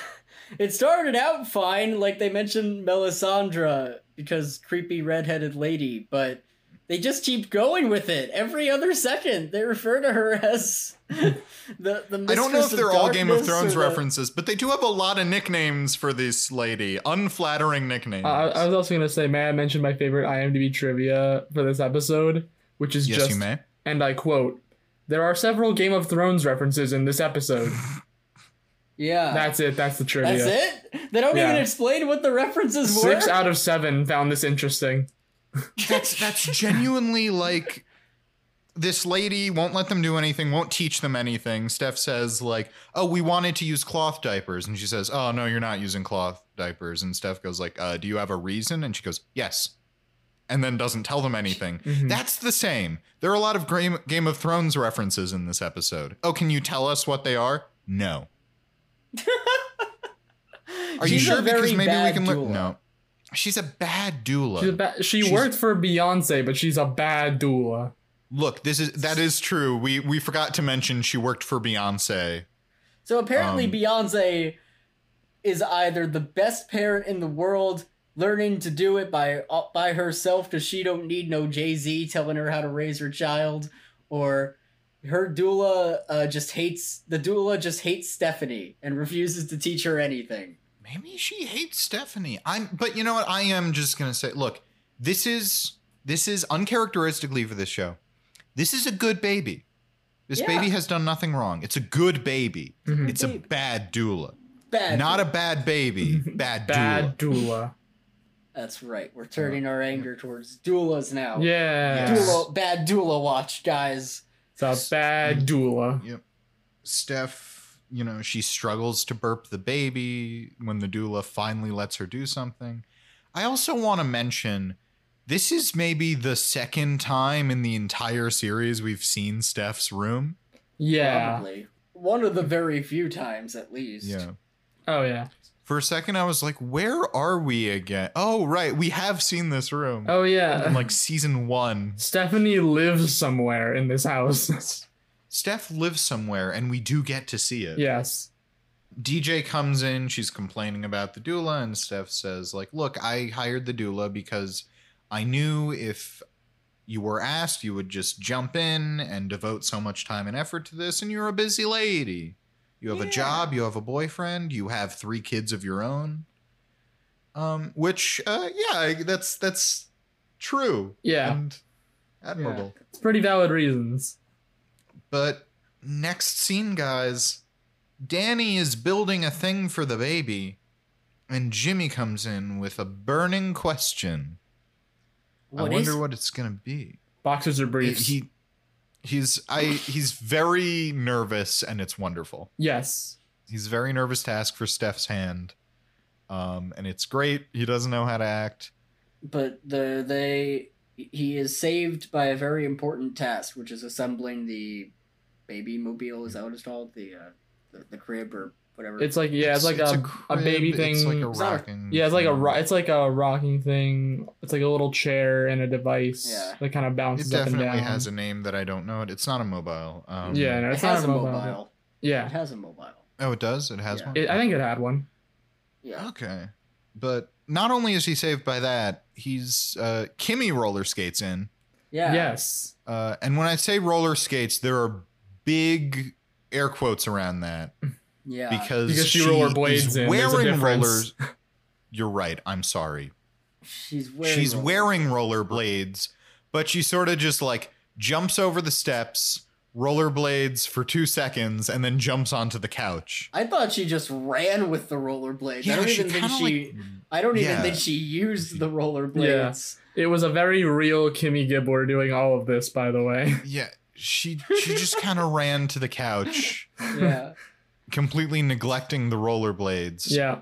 [SPEAKER 2] <laughs> it started out fine, like they mentioned Melisandre because creepy redheaded lady, but they just keep going with it. Every other second, they refer to her as <laughs> the the.
[SPEAKER 1] I don't know
[SPEAKER 2] Mistress
[SPEAKER 1] if
[SPEAKER 2] of
[SPEAKER 1] they're all Game of
[SPEAKER 2] Darkness or
[SPEAKER 1] Thrones
[SPEAKER 2] the-
[SPEAKER 1] references, but they do have a lot of nicknames for this lady. Unflattering nicknames.
[SPEAKER 3] Uh, I I was also gonna say, may I mention my favorite IMDb trivia for this episode, which is
[SPEAKER 1] yes,
[SPEAKER 3] just,
[SPEAKER 1] you may.
[SPEAKER 3] and I quote, "There are several Game of Thrones references in
[SPEAKER 1] <laughs>
[SPEAKER 3] this episode."
[SPEAKER 2] Yeah.
[SPEAKER 3] That's it. That's the trivia.
[SPEAKER 2] That's it? They don't
[SPEAKER 3] Yeah.
[SPEAKER 2] even explain what the references were.
[SPEAKER 3] Six out of seven found this interesting.
[SPEAKER 1] That's that's genuinely like this lady won't let them do anything, won't teach them anything. Steph says like, "Oh, we wanted to use cloth diapers," and she says, "Oh no, you're not using cloth diapers." And Steph goes like, uh, "Do you have a reason?" And she goes, "Yes," and then doesn't tell them anything.
[SPEAKER 2] Mm-hmm.
[SPEAKER 3] Mhm.
[SPEAKER 1] That's the same. There are a lot of Game Game of Thrones references in this episode. Oh, can you tell us what they are?
[SPEAKER 2] <laughs>
[SPEAKER 1] No. Are you
[SPEAKER 2] She's a
[SPEAKER 1] sure? Because
[SPEAKER 2] very
[SPEAKER 1] maybe we
[SPEAKER 2] bad
[SPEAKER 1] can look.
[SPEAKER 2] doula.
[SPEAKER 1] No. She's a bad doula.
[SPEAKER 3] She's a ba- she
[SPEAKER 1] She's-
[SPEAKER 3] worked for Beyonce, but she's a bad doula.
[SPEAKER 1] Look, this is that is true. We we forgot to mention she worked for Beyonce.
[SPEAKER 2] So apparently,
[SPEAKER 1] Um,
[SPEAKER 2] Beyonce is either the best parent in the world, learning to do it by uh, by herself because she don't need no Jay Z telling her how to raise her child, or her doula uh, just hates the doula just hates Stephanie and refuses to teach her anything.
[SPEAKER 1] Maybe she hates Stephanie. I'm but you know what? I am just gonna say, look, this is this is uncharacteristically for this show. This is a good baby. This
[SPEAKER 2] Yeah.
[SPEAKER 1] baby has done nothing wrong. It's a good baby.
[SPEAKER 3] Mhm.
[SPEAKER 1] It's a
[SPEAKER 2] Babe.
[SPEAKER 1] bad doula.
[SPEAKER 2] Bad.
[SPEAKER 1] Not a bad <laughs> baby. Bad, doula.
[SPEAKER 3] Bad doula.
[SPEAKER 2] That's right. We're turning our anger towards doulas now.
[SPEAKER 3] Yeah.
[SPEAKER 1] Oh. Yes.
[SPEAKER 2] Doula, bad doula watch, guys.
[SPEAKER 3] It's a
[SPEAKER 1] Mm.
[SPEAKER 3] bad doula.
[SPEAKER 1] Steph, you know, she struggles to burp the baby when the doula finally lets her do something. I also want to mention this is maybe the second time in the entire series we've seen Steph's room.
[SPEAKER 3] Yeah.
[SPEAKER 2] Probably. One of the very few times, at least.
[SPEAKER 3] Oh yeah.
[SPEAKER 1] For a second, I was like, where are we again? Oh, right. We have seen this room
[SPEAKER 3] Oh yeah.
[SPEAKER 1] in like season one.
[SPEAKER 3] <laughs> Stephanie lives somewhere in this house.
[SPEAKER 1] <laughs> Steph lives somewhere and we do get to see it.
[SPEAKER 3] yes.
[SPEAKER 1] DJ comes in, she's complaining about the doula, and Steph says, like, look, I hired the doula because I knew if you were asked, you would just jump in and devote so much time and effort to this, and you're a busy lady. You have a
[SPEAKER 2] Yeah.
[SPEAKER 1] job, you have a boyfriend, you have three kids of your own. Um, which uh yeah, I- that's that's true.
[SPEAKER 3] Yeah.
[SPEAKER 1] And admirable.
[SPEAKER 3] It's pretty valid reasons.
[SPEAKER 1] But next scene, guys, Danny is building a thing for the baby, and Jimmy comes in with a burning question. I
[SPEAKER 2] What is
[SPEAKER 1] wonder what it's gonna be.
[SPEAKER 3] Boxers are briefs.
[SPEAKER 1] He, he's I he's very nervous, and it's wonderful.
[SPEAKER 3] yes.
[SPEAKER 1] He's very nervous to ask for Steph's hand, um, and it's great. He doesn't know how to act.
[SPEAKER 2] but the they he is saved by a very important task, which is assembling the baby mobile. Is that what it's called? The uh, the, the crib or whatever.
[SPEAKER 3] It's like yeah, it's, like a, a,
[SPEAKER 1] crib,
[SPEAKER 3] baby thing.
[SPEAKER 1] It's like a
[SPEAKER 2] It's not a-
[SPEAKER 1] rocking.
[SPEAKER 3] yeah, it's like a
[SPEAKER 1] thing.
[SPEAKER 3] ro- it's like a rocking thing. It's like a little chair and a device
[SPEAKER 2] Yeah.
[SPEAKER 3] that kind of
[SPEAKER 1] It
[SPEAKER 3] bounces up and down.
[SPEAKER 1] definitely has a name that I don't know. It. It's not a mobile. Um,
[SPEAKER 3] yeah, no,
[SPEAKER 2] it
[SPEAKER 3] it's not
[SPEAKER 2] has
[SPEAKER 3] a
[SPEAKER 2] a
[SPEAKER 3] mobile.
[SPEAKER 2] mobile. It
[SPEAKER 3] Yeah,
[SPEAKER 2] has a mobile.
[SPEAKER 1] Oh, it does. It has
[SPEAKER 2] Yeah.
[SPEAKER 1] one.
[SPEAKER 3] it, I think it had one.
[SPEAKER 2] Yeah.
[SPEAKER 1] Okay. But not only is he saved by that, he's uh, Kimmy roller skates in.
[SPEAKER 2] Yeah.
[SPEAKER 3] Yes,
[SPEAKER 1] Uh, and when I say roller skates, there are big air quotes around that
[SPEAKER 2] Yeah.
[SPEAKER 1] because,
[SPEAKER 3] Because she rollerblades
[SPEAKER 1] is
[SPEAKER 3] in, there's a
[SPEAKER 1] wearing
[SPEAKER 3] difference.
[SPEAKER 1] rollers. You're right. I'm sorry.
[SPEAKER 2] she's <laughs> wearing.
[SPEAKER 1] She's
[SPEAKER 2] roller-
[SPEAKER 1] wearing rollerblades, but she sort of just like jumps over the steps, rollerblades for two seconds, and then jumps onto the couch.
[SPEAKER 2] I thought she just ran with the rollerblades. I
[SPEAKER 1] Yeah,
[SPEAKER 2] don't
[SPEAKER 1] she
[SPEAKER 2] even think
[SPEAKER 1] kinda,
[SPEAKER 2] she.
[SPEAKER 1] like,
[SPEAKER 2] I don't even
[SPEAKER 1] Yeah.
[SPEAKER 2] think she used the rollerblades.
[SPEAKER 3] <laughs> it was a very real Kimmy Gibbler doing all of this. By
[SPEAKER 2] <laughs>
[SPEAKER 3] the way,
[SPEAKER 1] yeah, she she just kind of ran to the couch.
[SPEAKER 2] Yeah.
[SPEAKER 1] completely neglecting the rollerblades.
[SPEAKER 3] yeah,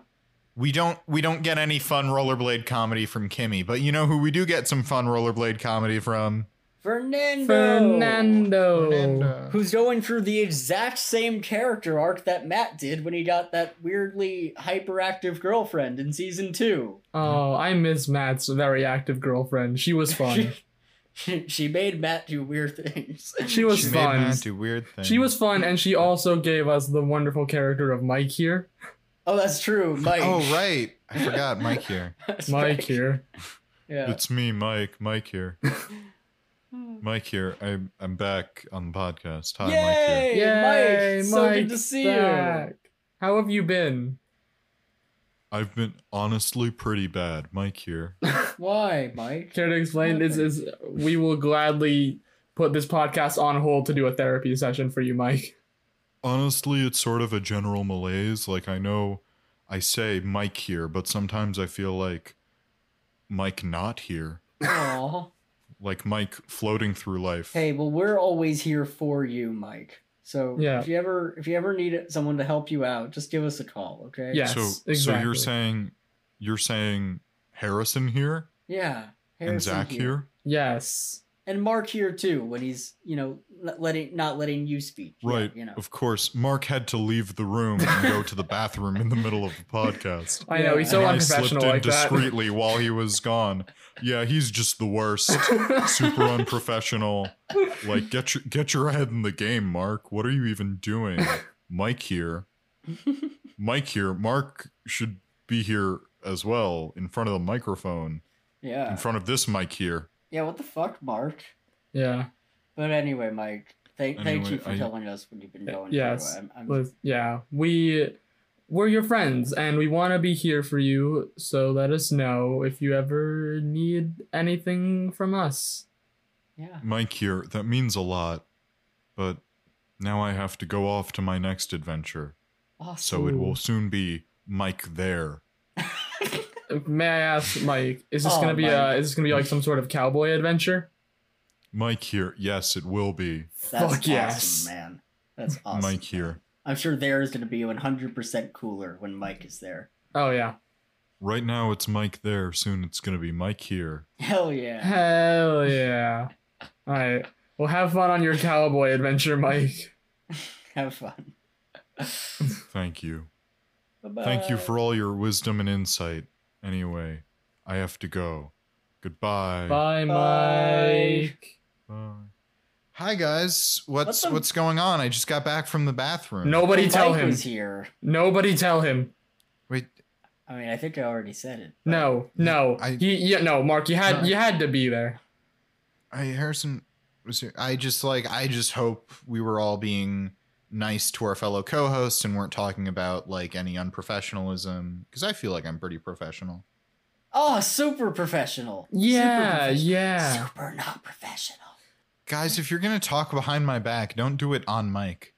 [SPEAKER 1] We don't we don't get any fun rollerblade comedy from Kimmy, but you know who we do get some fun rollerblade comedy from?
[SPEAKER 2] Fernando.
[SPEAKER 3] Fernando.
[SPEAKER 1] Fernando.
[SPEAKER 2] Who's going through the exact same character arc that Matt did when he got that weirdly hyperactive girlfriend in season two?
[SPEAKER 3] Oh, I miss Matt's very active girlfriend. She was fun.
[SPEAKER 2] She, <laughs> she made Matt do weird things. <laughs>
[SPEAKER 3] she was
[SPEAKER 1] she made
[SPEAKER 3] fun.
[SPEAKER 1] Matt do weird things.
[SPEAKER 3] She was fun, and she also gave us the wonderful character of Mike here.
[SPEAKER 2] Oh, that's true, Mike.
[SPEAKER 1] Oh right, I forgot Mike here.
[SPEAKER 2] <laughs>
[SPEAKER 3] <laughs>
[SPEAKER 2] That's
[SPEAKER 3] Mike
[SPEAKER 2] right.
[SPEAKER 3] here.
[SPEAKER 2] Yeah.
[SPEAKER 1] It's me, Mike. Mike here. Mike here. I'm I'm back on the podcast. Hi, Mike here.
[SPEAKER 2] Yay, Mike! So good to see you.
[SPEAKER 3] How have you been?
[SPEAKER 1] I've been honestly pretty bad. Mike here.
[SPEAKER 2] Why, Mike?
[SPEAKER 3] Care to explain? Is is we will gladly put this podcast on hold to do a therapy session for you, Mike.
[SPEAKER 1] Honestly, it's sort of a general malaise. Like I know I say Mike here, but sometimes I feel like Mike not here.
[SPEAKER 2] Aw.
[SPEAKER 1] Like Mike floating through life.
[SPEAKER 2] Hey, well, we're always here for you, Mike. So
[SPEAKER 3] Yeah.
[SPEAKER 2] if you ever if you ever need someone to help you out, just give us a call, okay?
[SPEAKER 3] Yeah.
[SPEAKER 1] so
[SPEAKER 3] yes,
[SPEAKER 1] so you're
[SPEAKER 3] exactly.
[SPEAKER 1] saying you're saying Harrison here
[SPEAKER 2] Yeah.
[SPEAKER 1] and
[SPEAKER 2] Harrison
[SPEAKER 1] Zach here?
[SPEAKER 3] Yes.
[SPEAKER 2] and Mark here too when he's you know not letting not letting you speak. Yeah,
[SPEAKER 1] Right.
[SPEAKER 2] you know.
[SPEAKER 1] Of course, Mark had to leave the room and go to the bathroom in the middle of the podcast.
[SPEAKER 3] I know he's so
[SPEAKER 1] And I
[SPEAKER 3] unprofessional
[SPEAKER 1] slipped in
[SPEAKER 3] like that.
[SPEAKER 1] discreetly while he was gone. Yeah, he's just the worst.
[SPEAKER 3] <laughs>
[SPEAKER 1] Super unprofessional. Like get your get your head in the game, Mark. What are you even doing? Mike here. Mike here. Mark should be here as well in front of the microphone. In
[SPEAKER 2] <laughs> Yeah.
[SPEAKER 1] front of this mic here.
[SPEAKER 2] Yeah. What the fuck, Mark?
[SPEAKER 3] yeah.
[SPEAKER 2] But anyway, Mike. Thank, thank
[SPEAKER 1] Anyway,
[SPEAKER 2] you for
[SPEAKER 1] I- Eh,
[SPEAKER 2] telling us what you've been going
[SPEAKER 3] yes.
[SPEAKER 2] through. I'm, I'm,
[SPEAKER 3] Let's- yeah. We we're your friends and we want to be here for you. So let us know if you ever need anything from us.
[SPEAKER 2] yeah.
[SPEAKER 1] Mike here. That means a lot. But now I have to go off to my next adventure.
[SPEAKER 2] Awesome.
[SPEAKER 1] So it
[SPEAKER 3] Ooh.
[SPEAKER 1] will soon be Mike there.
[SPEAKER 3] May I ask, Mike? Is this
[SPEAKER 2] Oh,
[SPEAKER 3] gonna be
[SPEAKER 2] Mike.
[SPEAKER 3] uh is this gonna be like some sort of cowboy adventure?
[SPEAKER 1] Mike here. Yes, it will be.
[SPEAKER 2] That's
[SPEAKER 3] Fuck
[SPEAKER 2] awesome,
[SPEAKER 3] yes.
[SPEAKER 2] man. That's awesome.
[SPEAKER 1] <laughs> Mike here.
[SPEAKER 2] I'm sure theirs is going to be 100% cooler when Mike is there. <laughs>
[SPEAKER 3] Oh yeah.
[SPEAKER 1] Right now it's Mike there. Soon it's gonna be Mike here.
[SPEAKER 2] Hell yeah.
[SPEAKER 3] Hell yeah. Alright. Well have fun on your cowboy adventure, Mike.
[SPEAKER 2] Have fun.
[SPEAKER 1] <laughs> Thank you.
[SPEAKER 2] Bye-bye.
[SPEAKER 1] Thank you for all your wisdom and insight. Anyway, I have to go. Goodbye.
[SPEAKER 3] Bye,
[SPEAKER 2] Bye.
[SPEAKER 3] Mike.
[SPEAKER 1] Bye. Hi guys. What's
[SPEAKER 2] What the-
[SPEAKER 1] what's going on? I just got back from the bathroom.
[SPEAKER 3] Nobody
[SPEAKER 2] Mike
[SPEAKER 3] tell him.
[SPEAKER 2] was here.
[SPEAKER 3] Nobody tell him.
[SPEAKER 1] Wait.
[SPEAKER 2] I mean, I think I already said it. but-
[SPEAKER 3] No, no.
[SPEAKER 1] I-
[SPEAKER 3] you, yeah, no, Mark, you had
[SPEAKER 1] No.
[SPEAKER 3] you had to be there.
[SPEAKER 1] I Harrison was here. I just like I just hope we were all being nice to our fellow co-hosts and weren't talking about like any unprofessionalism because I feel like I'm pretty professional.
[SPEAKER 2] Oh, super professional.
[SPEAKER 3] Yeah,
[SPEAKER 2] super
[SPEAKER 3] yeah.
[SPEAKER 2] Super not professional. <laughs>
[SPEAKER 1] Guys, if you're gonna talk behind my back, don't do it on mic.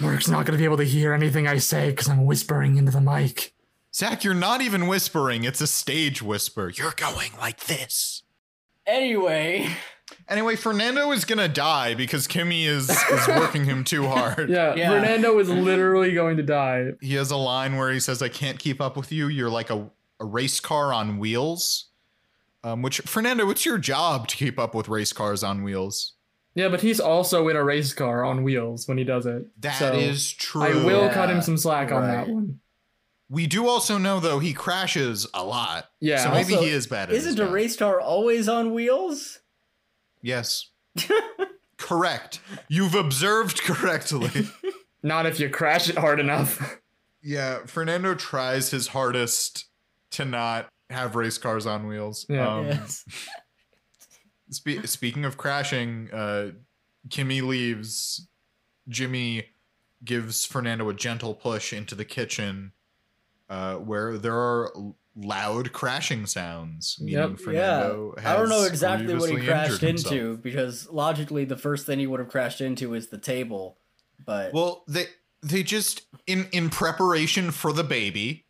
[SPEAKER 3] Mark's not gonna be able to hear anything I say because I'm whispering into the mic.
[SPEAKER 1] Zach, you're not even whispering. It's a stage whisper. You're going like this.
[SPEAKER 2] Anyway,
[SPEAKER 1] Anyway, Fernando is gonna die because Kimmy is
[SPEAKER 3] <laughs>
[SPEAKER 1] is working him too hard.
[SPEAKER 3] Yeah,
[SPEAKER 2] Yeah.
[SPEAKER 3] Fernando is literally going to die.
[SPEAKER 1] He has a line where he says, "I can't keep up with you. You're like a, a race car on wheels." Um, which Fernando, it's your job to keep up with race cars on wheels.
[SPEAKER 3] Yeah, but he's also in a race car on wheels when he does it.
[SPEAKER 1] That is
[SPEAKER 3] so
[SPEAKER 1] true.
[SPEAKER 3] I will
[SPEAKER 2] Yeah,
[SPEAKER 3] cut him some slack on that
[SPEAKER 2] right.
[SPEAKER 3] one.
[SPEAKER 1] We do also know though he crashes a lot.
[SPEAKER 3] Yeah.
[SPEAKER 1] So maybe
[SPEAKER 2] Also,
[SPEAKER 1] he is bad at his
[SPEAKER 2] isn't a
[SPEAKER 1] job.
[SPEAKER 2] race car always on wheels?
[SPEAKER 1] Yes.
[SPEAKER 3] <laughs>
[SPEAKER 1] Correct. You've observed
[SPEAKER 3] <laughs>
[SPEAKER 1] correctly.
[SPEAKER 3] Not if you crash it hard enough. <laughs>
[SPEAKER 1] Yeah, Fernando tries his hardest to not have race cars on wheels.
[SPEAKER 3] Yeah.
[SPEAKER 1] Um,
[SPEAKER 2] yes.
[SPEAKER 1] <laughs> spe- speaking of crashing, uh, Kimmy leaves. Jimmy gives Fernando a gentle push into the kitchen, uh, where there are l- loud crashing sounds. meaning
[SPEAKER 3] Yep.
[SPEAKER 1] Fernando
[SPEAKER 2] I don't know
[SPEAKER 1] has
[SPEAKER 2] exactly what he
[SPEAKER 1] grievously
[SPEAKER 2] crashed
[SPEAKER 1] injured himself.
[SPEAKER 2] into because logically the first thing he would have crashed into is the table. But <laughs>
[SPEAKER 1] Well, they they just in in preparation for the baby,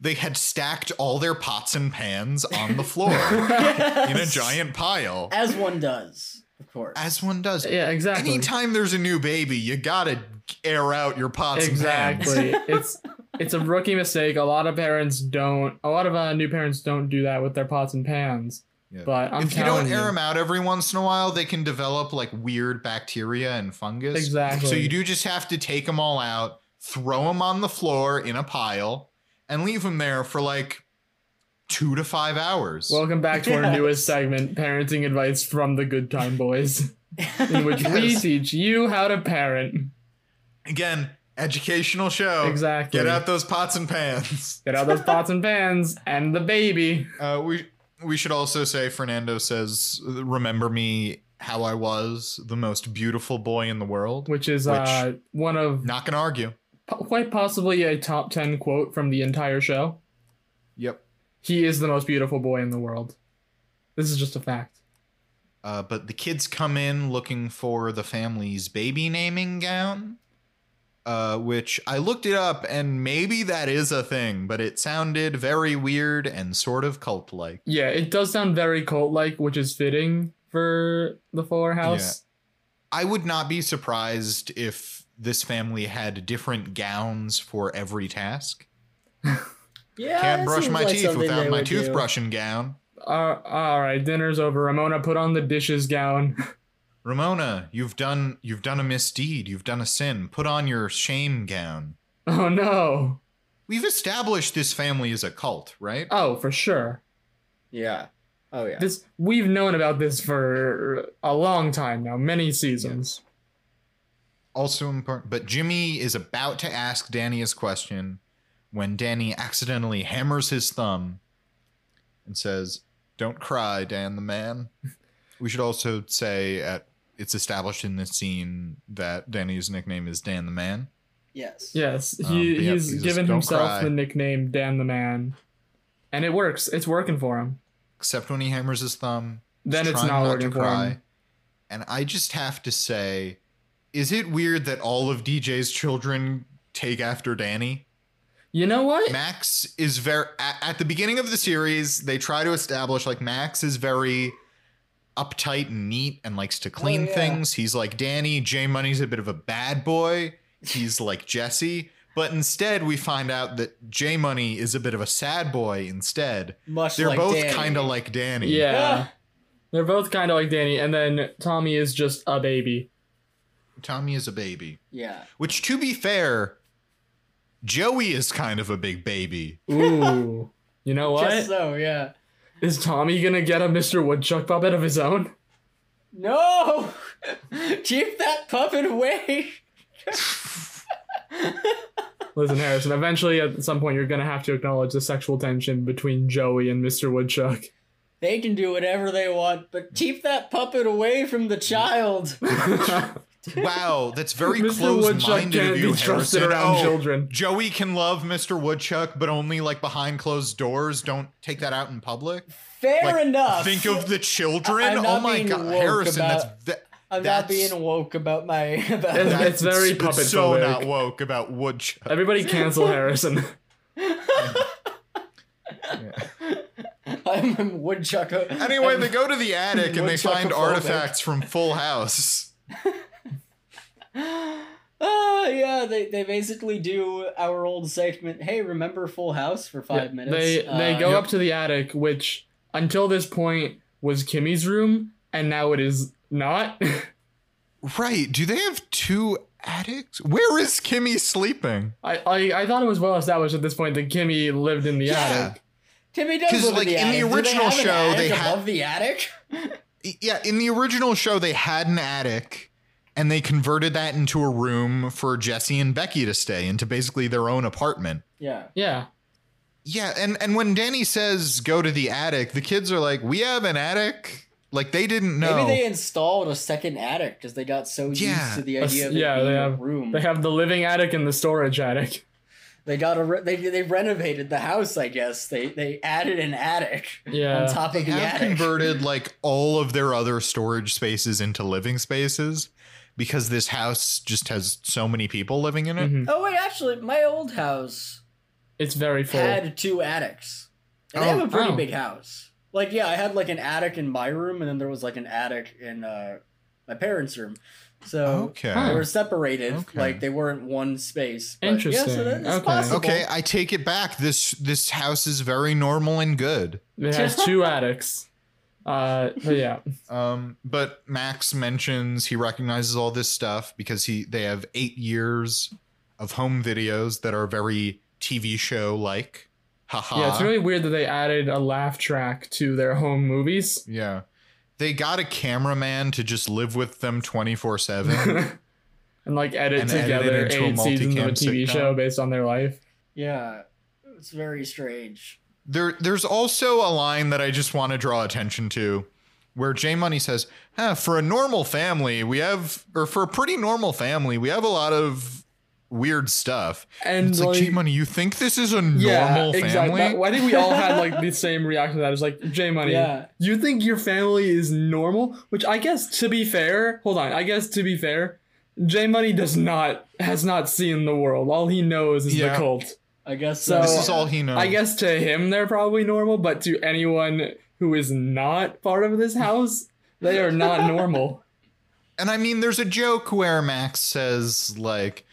[SPEAKER 1] they had stacked all their pots and pans on the
[SPEAKER 2] <laughs>
[SPEAKER 1] floor. in a
[SPEAKER 2] Yes.
[SPEAKER 1] giant pile,
[SPEAKER 2] as one does, of course.
[SPEAKER 1] as one does.
[SPEAKER 3] Yeah, exactly.
[SPEAKER 1] Anytime there's a new baby, you gotta air out your pots and pans.
[SPEAKER 3] Exactly.
[SPEAKER 1] <laughs>
[SPEAKER 3] it's it's a rookie mistake. A lot of parents don't. A lot of uh, new parents don't do that with their pots and pans.
[SPEAKER 1] Yeah.
[SPEAKER 3] But I'm
[SPEAKER 1] if you don't
[SPEAKER 3] telling
[SPEAKER 1] air them out every once in a while, they can develop like weird bacteria and fungus.
[SPEAKER 3] exactly.
[SPEAKER 1] So you do just have to take them all out, throw them on the floor in a pile, and leave them there for like two to five hours.
[SPEAKER 3] Welcome back
[SPEAKER 1] <laughs>
[SPEAKER 3] to our
[SPEAKER 2] Yes.
[SPEAKER 3] newest segment, parenting advice from the Good
[SPEAKER 1] <laughs>
[SPEAKER 3] Time Boys, in which we
[SPEAKER 1] Yes.
[SPEAKER 3] teach you how to parent.
[SPEAKER 1] Again, educational show.
[SPEAKER 3] Exactly.
[SPEAKER 1] Oh, Get out those pots and pans.
[SPEAKER 3] Get out those pots and pans and the baby.
[SPEAKER 1] Uh, we we should also say Fernando says, "Remember me how I was, the most beautiful boy in the world."
[SPEAKER 3] which is
[SPEAKER 1] Which-
[SPEAKER 3] uh, one of
[SPEAKER 1] Not gonna argue.
[SPEAKER 3] po- quite possibly a top 10 quote from the entire show.
[SPEAKER 1] Yep.
[SPEAKER 3] He is the most beautiful boy in the world. This is just a fact.
[SPEAKER 1] Uh, but the kids come in looking for the family's baby naming gown, uh, which I looked it up and maybe that is a thing, but it sounded very weird and sort of cult like.
[SPEAKER 3] Yeah, it does sound very cult like, which is fitting for the Fuller House.
[SPEAKER 1] I would not be surprised if this family had different gowns for every task.
[SPEAKER 2] yeah,
[SPEAKER 1] Can't
[SPEAKER 2] that
[SPEAKER 1] brush
[SPEAKER 2] seems
[SPEAKER 1] my
[SPEAKER 2] like
[SPEAKER 1] teeth
[SPEAKER 2] something
[SPEAKER 1] without
[SPEAKER 2] they
[SPEAKER 1] my
[SPEAKER 2] would do.
[SPEAKER 1] toothbrushing gown.
[SPEAKER 3] Uh, all right, dinner's over. Ramona, put on the dishes gown. <laughs>
[SPEAKER 1] Ramona, you've done you've done a misdeed, you've done a sin. Put on your shame gown.
[SPEAKER 3] oh no.
[SPEAKER 1] We've established this family is a cult, right?
[SPEAKER 3] Oh, for sure.
[SPEAKER 2] Yeah. Oh yeah.
[SPEAKER 3] This we've known about this for a long time now, many seasons.
[SPEAKER 1] also important. But Jimmy is about to ask Danny his question when Danny accidentally hammers his thumb and says, Don't cry, Dan the man. We should also say at it's established in this scene that Danny's nickname is Dan the Man.
[SPEAKER 2] yes.
[SPEAKER 3] Yes, he,
[SPEAKER 1] Um, but yeah,
[SPEAKER 3] he's
[SPEAKER 1] he just
[SPEAKER 3] given
[SPEAKER 1] don't
[SPEAKER 3] himself
[SPEAKER 1] cry.
[SPEAKER 3] the nickname Dan the Man, and it works. It's working for him.
[SPEAKER 1] Except when he hammers his thumb. he's
[SPEAKER 3] Then it's
[SPEAKER 1] trying
[SPEAKER 3] not
[SPEAKER 1] to
[SPEAKER 3] working for him.
[SPEAKER 1] And I just have to say, is it weird that all of DJ's children take after Danny?
[SPEAKER 3] You know what?
[SPEAKER 1] Max is very at, at the beginning of the series. They try to establish like Max is very uptight and neat and likes to clean
[SPEAKER 2] yeah.
[SPEAKER 1] things. He's like Danny. J Money's a bit of a bad boy. He's like Jesse. But instead, we find out that J Money is a bit of a sad boy. Instead,
[SPEAKER 2] Much
[SPEAKER 1] they're
[SPEAKER 2] like
[SPEAKER 1] both
[SPEAKER 2] Danny.
[SPEAKER 1] kind of like Danny.
[SPEAKER 3] yeah.
[SPEAKER 2] Yeah.
[SPEAKER 3] They're both kind of like Danny, and then Tommy is just a
[SPEAKER 1] <laughs>
[SPEAKER 3] baby.
[SPEAKER 1] Tommy is a baby.
[SPEAKER 2] Yeah.
[SPEAKER 1] Which, to be fair, Joey is kind of a big
[SPEAKER 2] <laughs>
[SPEAKER 1] baby.
[SPEAKER 3] Ooh. you know what?
[SPEAKER 2] Just so, yeah.
[SPEAKER 3] Is Tommy gonna get a Mr. Woodchuck puppet of his own?
[SPEAKER 2] No! <laughs> Keep that puppet away!
[SPEAKER 3] Listen, Harrison, eventually at some point you're gonna have to acknowledge the sexual tension between Joey and Mr. Woodchuck.
[SPEAKER 2] They can do whatever they want,
[SPEAKER 3] Mm.
[SPEAKER 2] but keep that puppet away from the child.
[SPEAKER 1] Wow, that's very
[SPEAKER 3] Mr. Woodchuck
[SPEAKER 1] close-minded
[SPEAKER 3] can't
[SPEAKER 1] of you,
[SPEAKER 3] be trusted
[SPEAKER 1] Harrison.
[SPEAKER 3] around
[SPEAKER 1] Oh,
[SPEAKER 3] children.
[SPEAKER 1] Joey can love Mr. Woodchuck, but only like behind closed doors. Don't take that out in public.
[SPEAKER 2] Fair
[SPEAKER 1] Like,
[SPEAKER 2] enough.
[SPEAKER 1] Think of the children.
[SPEAKER 2] I'm
[SPEAKER 1] Oh
[SPEAKER 2] not
[SPEAKER 1] my
[SPEAKER 2] being
[SPEAKER 1] god,
[SPEAKER 2] woke
[SPEAKER 1] Harrison,
[SPEAKER 2] about-
[SPEAKER 1] that's that,
[SPEAKER 2] I'm not
[SPEAKER 1] that's-
[SPEAKER 2] being woke about my. <laughs> About
[SPEAKER 3] It's-
[SPEAKER 1] that's
[SPEAKER 3] very
[SPEAKER 1] it's
[SPEAKER 3] puppet
[SPEAKER 1] So
[SPEAKER 3] phobic.
[SPEAKER 1] not woke about Woodchuck.
[SPEAKER 3] Everybody cancel Harrison.
[SPEAKER 2] I'm, I'm woodchuck.
[SPEAKER 1] Anyway, they go to the attic and they find
[SPEAKER 2] Woodchuck-phobic.
[SPEAKER 1] artifacts from Full House.
[SPEAKER 2] <sighs> Ah, yeah, they, they basically do our old segment. Hey, remember Full House for <laughs> five
[SPEAKER 3] Yeah,
[SPEAKER 2] minutes?
[SPEAKER 3] They they
[SPEAKER 2] Uh,
[SPEAKER 3] go up to the attic, which until this point was Kimmy's room, and now it is not. <laughs>
[SPEAKER 1] Right? Do they have two attics? Where is Kimmy sleeping?
[SPEAKER 3] I, I I thought it was well established at this point that Kimmy lived in the
[SPEAKER 1] Yeah.
[SPEAKER 3] attic.
[SPEAKER 2] Timmy does
[SPEAKER 1] 'Cause,
[SPEAKER 2] live
[SPEAKER 1] like,
[SPEAKER 2] in the
[SPEAKER 1] in the
[SPEAKER 2] attic. Do
[SPEAKER 1] original
[SPEAKER 2] they have an
[SPEAKER 1] show,
[SPEAKER 2] attic
[SPEAKER 1] they ha-
[SPEAKER 2] above the attic.
[SPEAKER 1] yeah in the original show they had an attic and they converted that into a room for jesse and becky to stay into basically their own apartment
[SPEAKER 2] Yeah.
[SPEAKER 3] Yeah.
[SPEAKER 1] yeah and and when danny says go to the attic the kids are like we have an attic like they didn't know
[SPEAKER 2] Maybe they installed a second attic because they got so used
[SPEAKER 1] Yeah.
[SPEAKER 2] to the
[SPEAKER 3] A s-
[SPEAKER 2] idea of it
[SPEAKER 3] yeah,
[SPEAKER 2] being
[SPEAKER 3] they
[SPEAKER 2] a
[SPEAKER 3] have-
[SPEAKER 2] room.
[SPEAKER 3] They
[SPEAKER 2] They,
[SPEAKER 3] have the living attic and the storage attic.
[SPEAKER 2] got a re- they they renovated the house. I guess they they added an attic
[SPEAKER 3] Yeah.
[SPEAKER 2] on top
[SPEAKER 1] They
[SPEAKER 2] of the
[SPEAKER 1] have
[SPEAKER 2] attic. <laughs>
[SPEAKER 1] converted like all of their other storage spaces into living spaces because this house just has so many people living in it
[SPEAKER 3] Mhm.
[SPEAKER 2] oh wait, actually, my old house
[SPEAKER 3] It's very full.
[SPEAKER 2] had two attics. And I
[SPEAKER 1] Oh,
[SPEAKER 2] have a pretty
[SPEAKER 3] oh.
[SPEAKER 2] big house. Like yeah, I had like an attic in my room, and then there was like an attic in uh, my parents' room. So
[SPEAKER 1] okay
[SPEAKER 3] Huh.
[SPEAKER 2] They were separated,
[SPEAKER 1] Okay.
[SPEAKER 2] like they weren't one space. But Yeah, so
[SPEAKER 3] Interesting.
[SPEAKER 2] that's
[SPEAKER 3] Okay.
[SPEAKER 2] possible.
[SPEAKER 1] okay i take it back this this house is very normal and good
[SPEAKER 3] It has two attics. Uh, but yeah.
[SPEAKER 1] Um, but Max mentions he recognizes all this stuff because he they have eight years of home videos that are very TV show like. Haha.
[SPEAKER 3] Yeah, it's really weird that they added a laugh track to their home movies.
[SPEAKER 1] Yeah. They got a cameraman to just live with them 24
[SPEAKER 3] <laughs>
[SPEAKER 1] 7.
[SPEAKER 3] and like edit
[SPEAKER 1] Mm-hmm. And edit it
[SPEAKER 3] together
[SPEAKER 1] into a
[SPEAKER 3] eight seasons of a
[SPEAKER 1] multicam
[SPEAKER 3] TV
[SPEAKER 1] sitcom.
[SPEAKER 3] show based on their life.
[SPEAKER 2] Yeah, it's very strange.
[SPEAKER 1] There, there's also a line that I just want to draw attention to, where J Money says, huh, "For a normal family, we have, or for a pretty normal family, we have a lot of weird stuff."
[SPEAKER 3] And
[SPEAKER 1] And it's like,
[SPEAKER 3] like,
[SPEAKER 1] J Money, you think this is a normal
[SPEAKER 3] exactly.
[SPEAKER 1] family?
[SPEAKER 3] I think we all
[SPEAKER 1] <laughs>
[SPEAKER 3] had like the same reaction to that. It's like J Money.
[SPEAKER 2] Yeah.
[SPEAKER 3] You think your family is normal? Which I guess to be fair, hold on. I guess to be fair, J Money does not has not seen the world. All he knows is
[SPEAKER 1] Yeah.
[SPEAKER 3] the cult.
[SPEAKER 2] I guess
[SPEAKER 3] So-
[SPEAKER 1] this is all he knows.
[SPEAKER 3] I guess to him they're probably normal, but to anyone who is not part of this house, they
[SPEAKER 2] <laughs>
[SPEAKER 3] are not normal.
[SPEAKER 1] And I mean, there's a joke where Max says, like,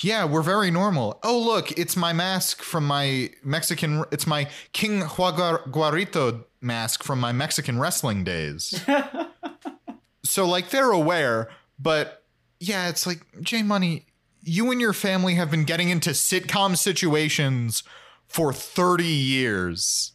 [SPEAKER 1] yeah, we're very normal. Oh, look, it's my mask from my Mexican, it's my King Juagar- Guarito mask from my Mexican wrestling
[SPEAKER 2] <laughs>
[SPEAKER 1] days. so, like, they're aware, but yeah, it's like, Jay Money, you and your family have been getting into sitcom situations for 30 years.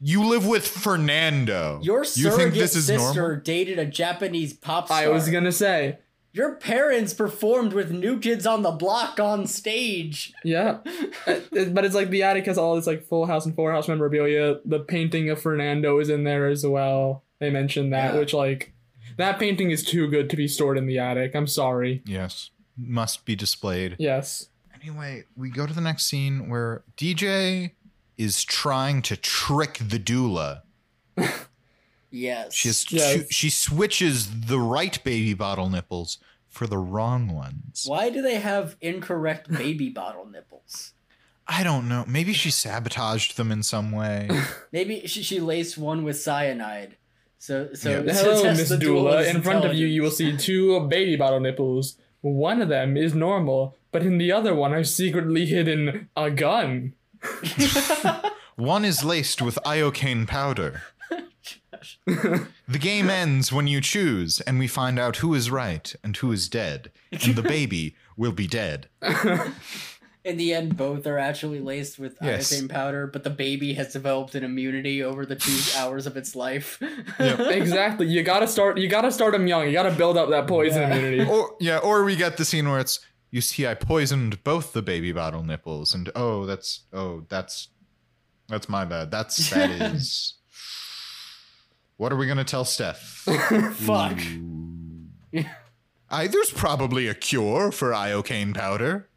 [SPEAKER 1] You live with Fernando.
[SPEAKER 2] Your
[SPEAKER 1] you
[SPEAKER 2] surrogate
[SPEAKER 1] think this is
[SPEAKER 2] sister
[SPEAKER 1] normal?
[SPEAKER 2] dated a Japanese pop star.
[SPEAKER 3] I was gonna say,
[SPEAKER 2] Your parents performed with New Kids on the Block on stage.
[SPEAKER 3] yeah, Uh, it- but it's like the attic has all this like Full House and Full House memorabilia. The painting of Fernando is in there as well. They mentioned that,
[SPEAKER 2] Yeah.
[SPEAKER 3] which like that painting is too good to be stored in the attic. I'm sorry.
[SPEAKER 1] Yes. Must be displayed.
[SPEAKER 3] Yes,
[SPEAKER 1] Anyway, we go to the next scene where DJ is trying to trick the doula.
[SPEAKER 2] Yes.
[SPEAKER 1] She has
[SPEAKER 3] Yes.
[SPEAKER 1] two, she switches the right baby bottle nipples for the wrong ones.
[SPEAKER 2] Why do they have incorrect baby <laughs> bottle nipples?
[SPEAKER 1] I don't know. Maybe she sabotaged them in some way.
[SPEAKER 2] Maybe she, she laced one with cyanide. So, so
[SPEAKER 1] Yeah.
[SPEAKER 2] to
[SPEAKER 3] hello,
[SPEAKER 2] test
[SPEAKER 3] Miss
[SPEAKER 2] the
[SPEAKER 3] Doula.
[SPEAKER 2] duel's
[SPEAKER 3] In front of you, you will see two baby bottle nipples. One of them is normal, but in the other one, I've secretly hidden a gun.
[SPEAKER 1] One is laced with iocane powder.
[SPEAKER 2] intelligence.
[SPEAKER 1] The game ends when you choose, and we find out who is right and who is dead, and the baby will be dead.
[SPEAKER 2] In the end, both are actually laced with
[SPEAKER 1] Yes.
[SPEAKER 2] iodine powder, but the baby has developed an immunity over
[SPEAKER 1] <laughs>
[SPEAKER 2] the two hours of its life.
[SPEAKER 3] exactly. You gotta start. You gotta start them young. You gotta build up that poison
[SPEAKER 2] Yeah.
[SPEAKER 1] <laughs>
[SPEAKER 3] immunity.
[SPEAKER 1] or yeah, or we get the scene where it's you see I poisoned both the baby bottle nipples and oh that's oh that's that's my bad. That's
[SPEAKER 3] <laughs>
[SPEAKER 1] that is what are we gonna tell
[SPEAKER 3] <laughs>
[SPEAKER 1] Steph?
[SPEAKER 2] <laughs> Fuck.
[SPEAKER 1] Mm. I there's probably a cure for iocane powder.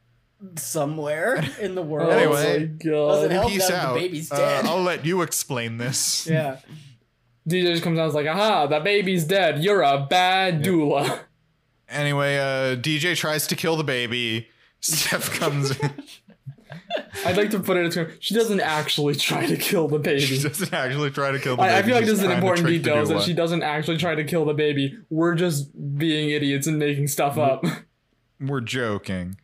[SPEAKER 2] Somewhere in the world.
[SPEAKER 1] Anyway.
[SPEAKER 3] oh my
[SPEAKER 2] Doesn't
[SPEAKER 3] god.
[SPEAKER 2] help
[SPEAKER 1] Peace
[SPEAKER 2] them, the
[SPEAKER 1] out.
[SPEAKER 2] baby's
[SPEAKER 1] Uh,
[SPEAKER 2] dead.
[SPEAKER 1] I'll let you explain
[SPEAKER 3] <laughs>
[SPEAKER 1] this.
[SPEAKER 2] Yeah.
[SPEAKER 3] DJ just comes out and is like, aha, the baby's dead. You're a bad doula. <laughs>
[SPEAKER 1] Anyway, uh, DJ tries to kill the baby. Steph comes in.
[SPEAKER 3] I'd like to put it in terms. She doesn't actually try to kill the
[SPEAKER 1] She
[SPEAKER 3] <laughs> baby.
[SPEAKER 1] doesn't actually try to kill the baby.
[SPEAKER 3] I, I feel like
[SPEAKER 1] she's
[SPEAKER 3] this is an
[SPEAKER 1] trying to
[SPEAKER 3] important
[SPEAKER 1] trick the
[SPEAKER 3] detail is that
[SPEAKER 1] doula.
[SPEAKER 3] she doesn't actually try to kill the baby. We're just being idiots and making stuff
[SPEAKER 1] Mm-hmm.
[SPEAKER 3] up. <laughs>
[SPEAKER 1] We're joking.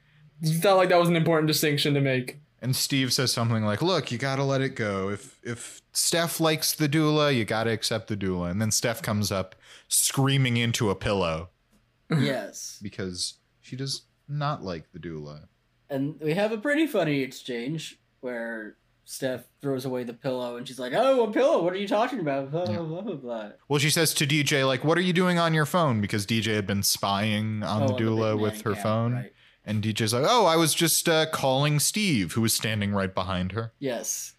[SPEAKER 3] It felt like that was an important distinction to make.
[SPEAKER 1] And Steve says something like, "Look, you gotta let it go. If if Steph likes the doula, you gotta accept the doula." And then Steph comes up screaming into a pillow
[SPEAKER 2] yes.
[SPEAKER 1] because she does not like the doula.
[SPEAKER 2] And we have a pretty funny exchange where Steph throws away the pillow and she's like, Oh, a pillow, what are you talking about? Blah blah blah blah blah.
[SPEAKER 1] Well, she says to DJ, "Like, what are you doing on your phone?" Because DJ had been spying on
[SPEAKER 2] Oh,
[SPEAKER 1] the
[SPEAKER 2] on big
[SPEAKER 1] doula
[SPEAKER 2] man,
[SPEAKER 1] with her
[SPEAKER 2] yeah,
[SPEAKER 1] phone,
[SPEAKER 2] right.
[SPEAKER 1] and DJ's like, "Oh, I was just uh, calling Steve, who was standing right behind her.
[SPEAKER 2] Yes.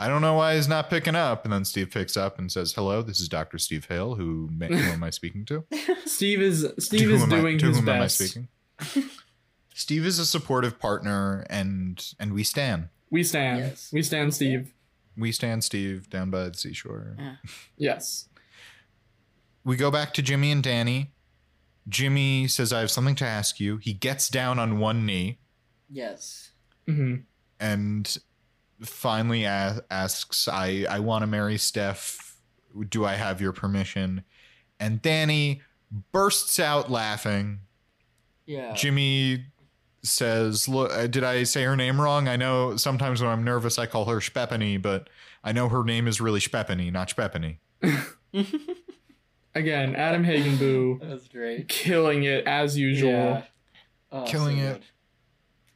[SPEAKER 1] I don't know why he's not picking up." And then Steve picks up and says, "Hello, this is Doctor Steve Hale. Who, ma- who am I speaking to?"
[SPEAKER 3] Steve is
[SPEAKER 1] To
[SPEAKER 3] Steve
[SPEAKER 1] whom
[SPEAKER 3] is
[SPEAKER 1] am I-
[SPEAKER 3] doing
[SPEAKER 1] to
[SPEAKER 3] his
[SPEAKER 1] whom am I
[SPEAKER 3] best.
[SPEAKER 1] speaking? <laughs> Steve is a supportive partner, and and we stand,
[SPEAKER 3] We stand.
[SPEAKER 2] Yes.
[SPEAKER 3] We stand Steve.
[SPEAKER 1] we stand Steve down by the seashore.
[SPEAKER 2] Yeah.
[SPEAKER 3] Yes.
[SPEAKER 1] We go back to Jimmy and Danny. Jimmy says, "I have something to ask you." He gets down on one knee
[SPEAKER 2] Yes.
[SPEAKER 3] hmm
[SPEAKER 1] and finally a- asks, "I I want to marry Steph. Do I have your permission?" And Danny bursts out laughing.
[SPEAKER 2] Yeah.
[SPEAKER 1] Jimmy says, "Look, uh, did I say her name wrong? I know sometimes when I'm nervous I call her Shpepany, but I know her name is really Shpepany, not Shpepany."
[SPEAKER 2] <laughs>
[SPEAKER 3] Again, Adam Hagenboo
[SPEAKER 2] That's great.
[SPEAKER 3] killing it as usual.
[SPEAKER 2] Yeah. Oh,
[SPEAKER 1] Killing
[SPEAKER 2] so
[SPEAKER 1] it.
[SPEAKER 2] good.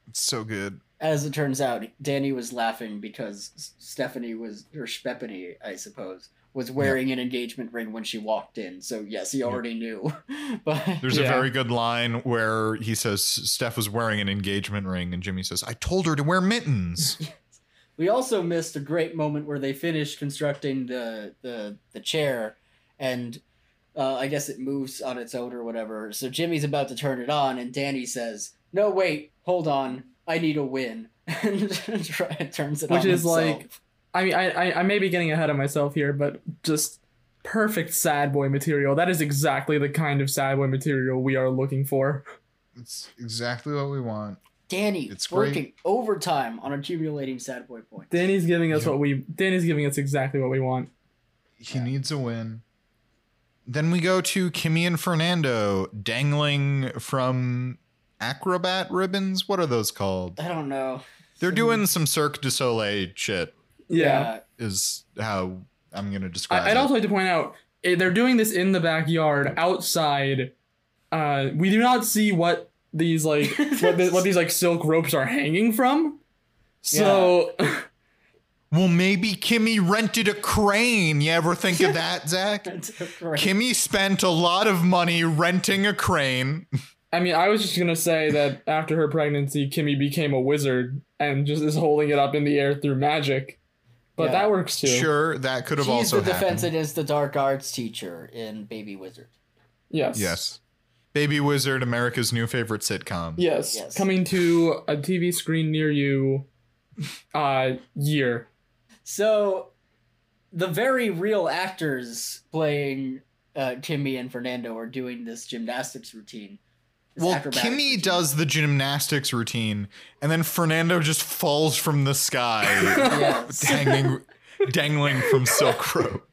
[SPEAKER 1] It's so good.
[SPEAKER 2] As it turns out, Danny was laughing because S- Stephanie was, or Speppany, I suppose, was wearing an engagement ring when she walked in. So yes, he already knew. <laughs> but
[SPEAKER 1] There's a
[SPEAKER 3] Yeah.
[SPEAKER 1] very good line where he says Steph was wearing an engagement ring, and Jimmy says, "I told her to wear mittens."
[SPEAKER 2] we also missed a great moment where they finished constructing the the the chair, and uh, I guess it moves on its own or whatever. So Jimmy's about to turn it on, and Danny says, "No, wait, hold on, I need a win," <laughs> and <laughs> try- turns it on.
[SPEAKER 3] Which is
[SPEAKER 2] himself.
[SPEAKER 3] like- I mean, I, I I may be getting ahead of myself here, but just perfect sad boy material. That is exactly the kind of sad boy material we are looking for.
[SPEAKER 1] <laughs> it's exactly what we want.
[SPEAKER 2] Danny
[SPEAKER 1] It's
[SPEAKER 2] working
[SPEAKER 1] great.
[SPEAKER 2] overtime on accumulating sad boy points.
[SPEAKER 3] Danny's giving us
[SPEAKER 1] Yeah.
[SPEAKER 3] what we. Danny's giving us exactly what we want.
[SPEAKER 1] He
[SPEAKER 2] Yeah.
[SPEAKER 1] needs a win. Then we go to Kimmy and Fernando dangling from acrobat ribbons. What are those called?
[SPEAKER 2] I don't know.
[SPEAKER 1] They're
[SPEAKER 2] Some-
[SPEAKER 1] doing some Cirque du Soleil shit.
[SPEAKER 3] Yeah.
[SPEAKER 1] Is how I'm gonna describe
[SPEAKER 3] I, I'd
[SPEAKER 1] it.
[SPEAKER 3] also like to point out eh, they're doing this in the backyard outside. Uh, we do not see what these <laughs> like what, the, what these like silk ropes are hanging from. So
[SPEAKER 1] well, maybe Kimmy rented a crane. You ever think of that, Zach?
[SPEAKER 2] <laughs> Kim-
[SPEAKER 1] Kimmy spent a lot of money renting a crane.
[SPEAKER 3] I mean, I was just gonna say that after her pregnancy, Kimmy became a wizard and just is holding it up in the air through magic. But
[SPEAKER 2] Yeah.
[SPEAKER 3] that works too.
[SPEAKER 1] Sure, that could have
[SPEAKER 2] She's
[SPEAKER 1] also
[SPEAKER 2] the defense
[SPEAKER 1] happened.
[SPEAKER 2] against the dark arts teacher in Baby Wizard.
[SPEAKER 3] Yes.
[SPEAKER 1] Yes. Baby Wizard, America's new favorite sitcom.
[SPEAKER 3] Yes.
[SPEAKER 2] Yes.
[SPEAKER 3] Coming to a TV screen near you. Uh, year.
[SPEAKER 2] So, the very real actors playing uh, Kimmy and Fernando are doing this gymnastics routine. this
[SPEAKER 1] Well,
[SPEAKER 2] acrobatic
[SPEAKER 1] Kimmy
[SPEAKER 2] routine.
[SPEAKER 1] does the gymnastics routine, and then Fernando just falls from the sky,
[SPEAKER 2] Yes.
[SPEAKER 1] dangling, dangling from silk rope.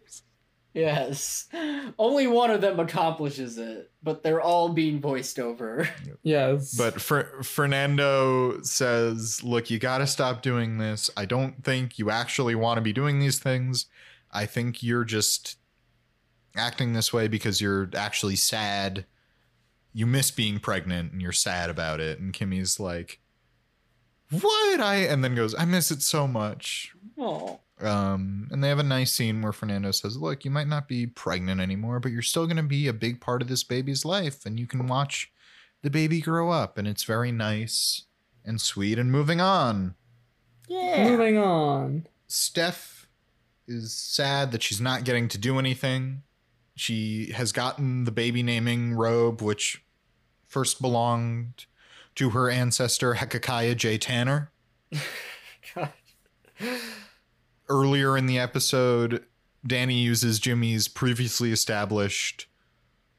[SPEAKER 2] yes. <laughs> Only one of them accomplishes it, but they're all being voiced over. <laughs>
[SPEAKER 3] Yes.
[SPEAKER 1] But Fer- Fernando says, "Look, you got to stop doing this. I don't think you actually want to be doing these things. I think you're just acting this way because you're actually sad. You miss being pregnant and you're sad about it." And Kimmy's like, "What?" I and then goes, "I miss it so much."
[SPEAKER 2] Oh.
[SPEAKER 1] Um, and they have a nice scene where Fernando says, "Look, you might not be pregnant anymore, but you're still going to be a big part of this baby's life, and you can watch the baby grow up, and it's very nice and sweet." And moving on,
[SPEAKER 2] Yeah.
[SPEAKER 3] moving on.
[SPEAKER 1] Steph is sad that she's not getting to do anything. She has gotten the baby naming robe, which first belonged to her ancestor Hezekiah J. Tanner.
[SPEAKER 2] <laughs> God.
[SPEAKER 1] earlier in the episode, Danny uses Jimmy's previously established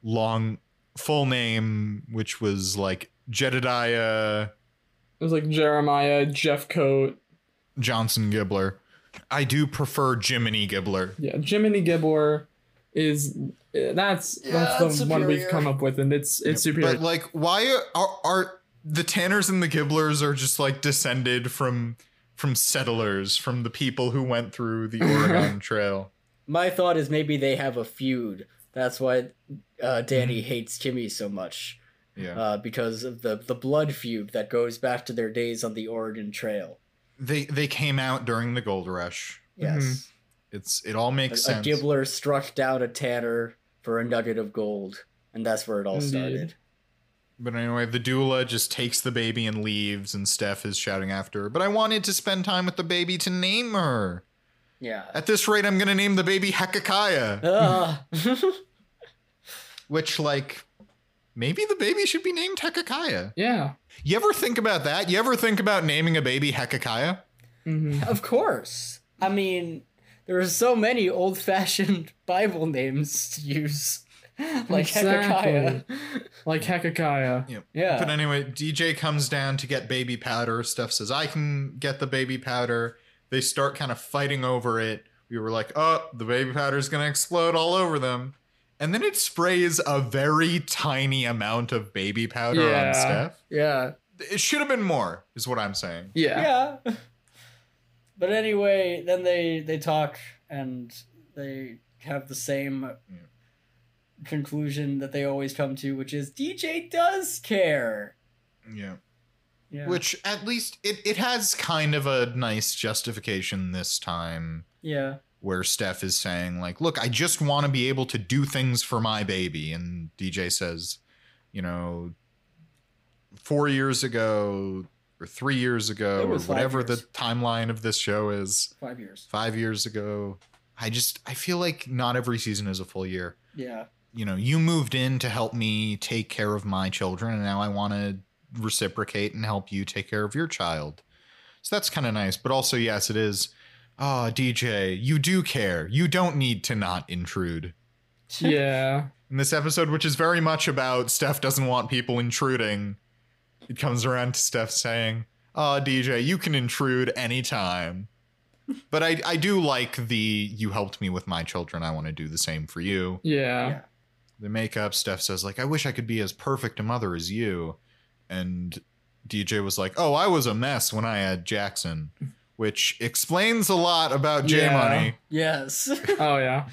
[SPEAKER 1] long full name, which was like Jedediah
[SPEAKER 3] It was like Jeremiah, Jeff Coat,
[SPEAKER 1] Johnson Gibbler. I do prefer Jiminy Gibbler.
[SPEAKER 3] yeah, Jiminy Gibbler is eh, that's
[SPEAKER 2] Yeah,
[SPEAKER 3] that's the
[SPEAKER 2] that's
[SPEAKER 3] one we've
[SPEAKER 2] superior.
[SPEAKER 3] come up with, and it's it's superior.
[SPEAKER 1] But like, why are, are the Tanners and the Gibblers are just like descended from from settlers, from the people who went through
[SPEAKER 3] <laughs>
[SPEAKER 1] the Oregon Trail?
[SPEAKER 2] My thought is maybe they have a feud. That's why uh, Danny
[SPEAKER 1] Mm-hmm.
[SPEAKER 2] hates Kimmy so much
[SPEAKER 1] Yeah,
[SPEAKER 2] uh, because of the the blood feud that goes back to their days on the Oregon Trail.
[SPEAKER 1] they they came out during the gold rush. Mm-hmm.
[SPEAKER 2] Yes,
[SPEAKER 1] It's it all makes
[SPEAKER 2] a, a
[SPEAKER 1] sense.
[SPEAKER 2] Gibbler struck down a Tanner for a nugget of gold, and that's where it all
[SPEAKER 3] Indeed.
[SPEAKER 2] started.
[SPEAKER 1] But anyway, the doula just takes the baby and leaves, and Steph is shouting after her. But I wanted to spend time with the baby to name her.
[SPEAKER 2] Yeah.
[SPEAKER 1] <laughs> At this rate, I'm gonna name the baby Hezekiah,
[SPEAKER 2] Ah.
[SPEAKER 1] which like maybe the baby should be named Hezekiah.
[SPEAKER 3] yeah.
[SPEAKER 1] You ever think about that? You ever think about naming a baby Hezekiah?
[SPEAKER 3] hmm
[SPEAKER 2] <laughs> of course. I mean, there are so many old-fashioned <laughs> Bible names to use, <laughs> like Hezekiah.
[SPEAKER 3] Exactly. Like Hezekiah.
[SPEAKER 2] Yeah. <laughs>
[SPEAKER 1] But anyway, DJ comes down to get baby powder. Steph says, I can get the baby powder. They start kind of fighting over it. We were like, oh, the baby powder's going to explode all over them. And then it sprays a very tiny amount of baby powder
[SPEAKER 3] Yeah.
[SPEAKER 1] on Steph.
[SPEAKER 2] yeah.
[SPEAKER 1] It should have been more, is what I'm saying.
[SPEAKER 3] Yeah.
[SPEAKER 2] yeah. <laughs> But anyway, then they they talk and they have the same conclusion that they always come to, which is DJ does care.
[SPEAKER 1] Yeah.
[SPEAKER 2] Yeah.
[SPEAKER 1] Which at least it, it has kind of a nice justification this time
[SPEAKER 2] yeah.
[SPEAKER 1] where Steph is saying, like, look, I just want to be able to do things for my baby. And DJ says, you know, four years ago or three years ago
[SPEAKER 2] It
[SPEAKER 1] or
[SPEAKER 2] was five
[SPEAKER 1] whatever the
[SPEAKER 2] years.
[SPEAKER 1] timeline of this show is,
[SPEAKER 2] Five years.
[SPEAKER 1] five years ago. I just, I feel like not every season is a full year.
[SPEAKER 2] Yeah.
[SPEAKER 1] you know, you moved in to help me take care of my children, and now I want to reciprocate and help you take care of your child. So that's kind of nice. But also, yes, it is. Ah, DJ, you do care. You don't need to not intrude.
[SPEAKER 3] Yeah.
[SPEAKER 1] In this episode, which is very much about Steph doesn't want people intruding, it comes around to Steph saying, Ah, DJ, you can intrude anytime. But I, I do like the you helped me with my children. I want to do the same for you
[SPEAKER 3] Yeah.
[SPEAKER 1] the makeup Steph says like i wish i could be as perfect a mother as you and dj was like oh i was a mess when i had jackson which explains a lot about j
[SPEAKER 3] Yeah.
[SPEAKER 1] money
[SPEAKER 2] <laughs> Yes. <laughs>
[SPEAKER 3] Oh yeah.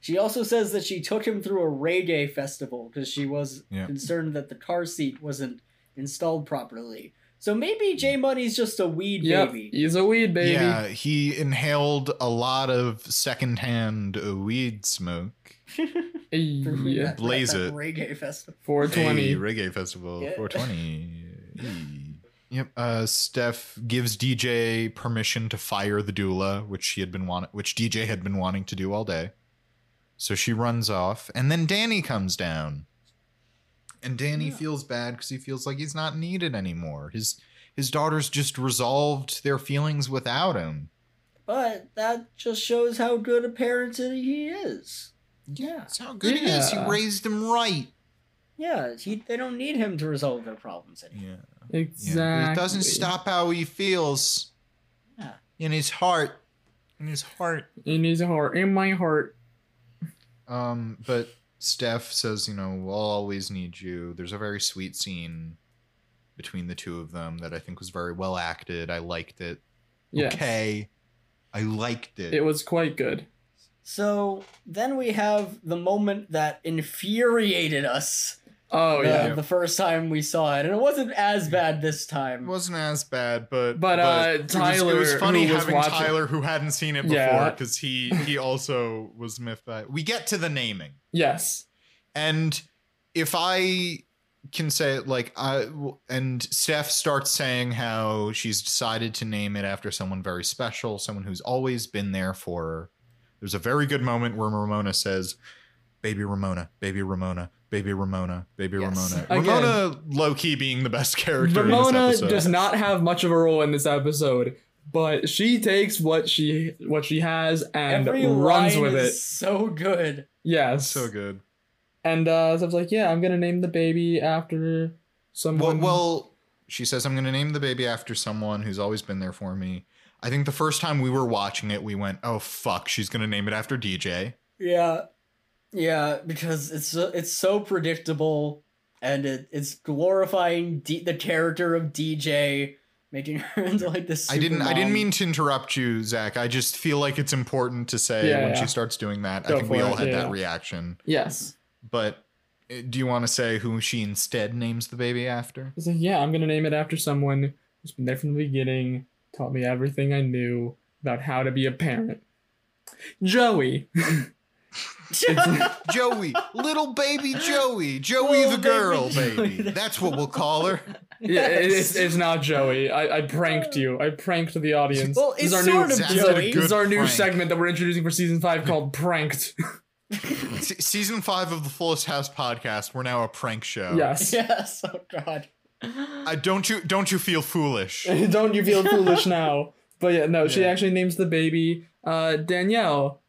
[SPEAKER 2] she also says that she took him through a reggae festival because she was
[SPEAKER 1] Yeah.
[SPEAKER 2] concerned that the car seat wasn't installed properly. So maybe J Money's just a weed
[SPEAKER 3] Yep.
[SPEAKER 2] baby.
[SPEAKER 3] He's a weed baby.
[SPEAKER 1] yeah he inhaled a lot of secondhand uh, weed smoke
[SPEAKER 3] Yeah.
[SPEAKER 2] That-
[SPEAKER 1] Blaze
[SPEAKER 2] that
[SPEAKER 1] it.
[SPEAKER 2] Reggae festival.
[SPEAKER 1] Hey,
[SPEAKER 3] 420.
[SPEAKER 1] reggae festival
[SPEAKER 2] Yeah.
[SPEAKER 1] 420 Yep. Uh, Steph gives DJ permission to fire the doula, which she had been want- which DJ had been wanting to do all day. So she runs off, and then Danny comes down, and Danny
[SPEAKER 2] Yeah.
[SPEAKER 1] feels bad because he feels like he's not needed anymore. His his daughters just resolved their feelings without him.
[SPEAKER 2] But that just shows how good a parent he is.
[SPEAKER 3] Yeah.
[SPEAKER 1] That's how good he is. He
[SPEAKER 3] Yeah.
[SPEAKER 1] raised him right.
[SPEAKER 2] Yeah, he, they don't need him to resolve their problems anymore.
[SPEAKER 1] Yeah.
[SPEAKER 3] Exactly.
[SPEAKER 1] Yeah, but It doesn't stop how he feels
[SPEAKER 2] Yeah.
[SPEAKER 1] in his heart. In his heart.
[SPEAKER 3] In his heart. In my heart.
[SPEAKER 1] Um, but Steph says, you know, we'll always need you. There's a very sweet scene between the two of them that I think was very well acted. I liked it.
[SPEAKER 3] Yeah.
[SPEAKER 1] Okay. I liked it.
[SPEAKER 3] It was quite good.
[SPEAKER 2] So then we have the moment that infuriated us
[SPEAKER 3] Oh
[SPEAKER 2] the,
[SPEAKER 3] yeah.
[SPEAKER 2] the first time we saw it. And it wasn't as bad this time.
[SPEAKER 1] It wasn't as bad, but
[SPEAKER 3] But, uh,
[SPEAKER 1] it was- it
[SPEAKER 3] Tyler,
[SPEAKER 1] was, funny
[SPEAKER 3] who was
[SPEAKER 1] having
[SPEAKER 3] watching-
[SPEAKER 1] Tyler who hadn't seen it before
[SPEAKER 3] Yeah.
[SPEAKER 1] because he he also was miffed by. We get to the naming.
[SPEAKER 3] Yes.
[SPEAKER 1] And if I can say it like I and Steph starts saying how she's decided to name it after someone very special, someone who's always been there for her. There's a very good moment where Ramona says, "Baby Ramona, baby Ramona, baby Ramona, baby
[SPEAKER 2] Yes.
[SPEAKER 1] Ramona."
[SPEAKER 3] Again.
[SPEAKER 1] Ramona, low key being the best character. in
[SPEAKER 3] Ramona
[SPEAKER 1] this episode.
[SPEAKER 3] does not have much of a role in this episode, but she takes what she what she has and
[SPEAKER 2] Every
[SPEAKER 3] runs
[SPEAKER 2] line
[SPEAKER 3] with
[SPEAKER 2] is
[SPEAKER 3] it.
[SPEAKER 2] so good.
[SPEAKER 3] Yes.
[SPEAKER 1] so good.
[SPEAKER 3] And uh, so I was like, yeah, I'm gonna name the baby after
[SPEAKER 1] Well,
[SPEAKER 3] someone.
[SPEAKER 1] well, she says, I'm going to name the baby after someone who's always been there for me. I think the first time we were watching it, we went, oh, fuck, she's going to name it after DJ.
[SPEAKER 2] Yeah. Yeah, because it's so, it's so predictable and it, it's glorifying D, the character of DJ, making her <laughs> into like this.
[SPEAKER 1] I didn't. I
[SPEAKER 2] supermom.
[SPEAKER 1] didn't mean to interrupt you, Zach. I just feel like it's important to say
[SPEAKER 3] Yeah,
[SPEAKER 1] when
[SPEAKER 3] yeah.
[SPEAKER 1] she starts doing that.
[SPEAKER 3] Go
[SPEAKER 1] I think we
[SPEAKER 3] for
[SPEAKER 1] all
[SPEAKER 3] it,
[SPEAKER 1] had
[SPEAKER 3] yeah.
[SPEAKER 1] that reaction.
[SPEAKER 3] yes.
[SPEAKER 1] But uh, do you want to say who she instead names the baby after?
[SPEAKER 3] I was like, yeah, I'm gonna name it after someone who's been there from the beginning, taught me everything I knew about how to be a parent. Joey.
[SPEAKER 1] <laughs>
[SPEAKER 3] <laughs>
[SPEAKER 1] Joey, little baby Joey, Joey
[SPEAKER 2] Little
[SPEAKER 1] the
[SPEAKER 2] baby
[SPEAKER 1] girl,
[SPEAKER 2] Joey,
[SPEAKER 1] baby.
[SPEAKER 2] that's
[SPEAKER 1] That's what we'll call her. <laughs>
[SPEAKER 3] Yeah, it, it's,
[SPEAKER 2] Yes.
[SPEAKER 3] it's not Joey. I, I pranked you. I pranked the audience.
[SPEAKER 2] Oh. Well,
[SPEAKER 3] This is
[SPEAKER 2] it's
[SPEAKER 3] our new-
[SPEAKER 2] sort of
[SPEAKER 3] this is our-
[SPEAKER 2] Joey.
[SPEAKER 3] This is our new
[SPEAKER 1] Prank.
[SPEAKER 3] segment that we're introducing for season five called Pranked.
[SPEAKER 1] Se- season five of the Fullest House podcast. We're now a prank show.
[SPEAKER 2] <laughs>
[SPEAKER 3] yes.
[SPEAKER 2] yes. Oh <laughs> God.
[SPEAKER 1] Uh, don't you don't you feel foolish?
[SPEAKER 3] Don't you feel
[SPEAKER 2] <laughs>
[SPEAKER 3] foolish now? But yeah, no, she
[SPEAKER 1] Yeah.
[SPEAKER 3] actually names the baby uh, Danielle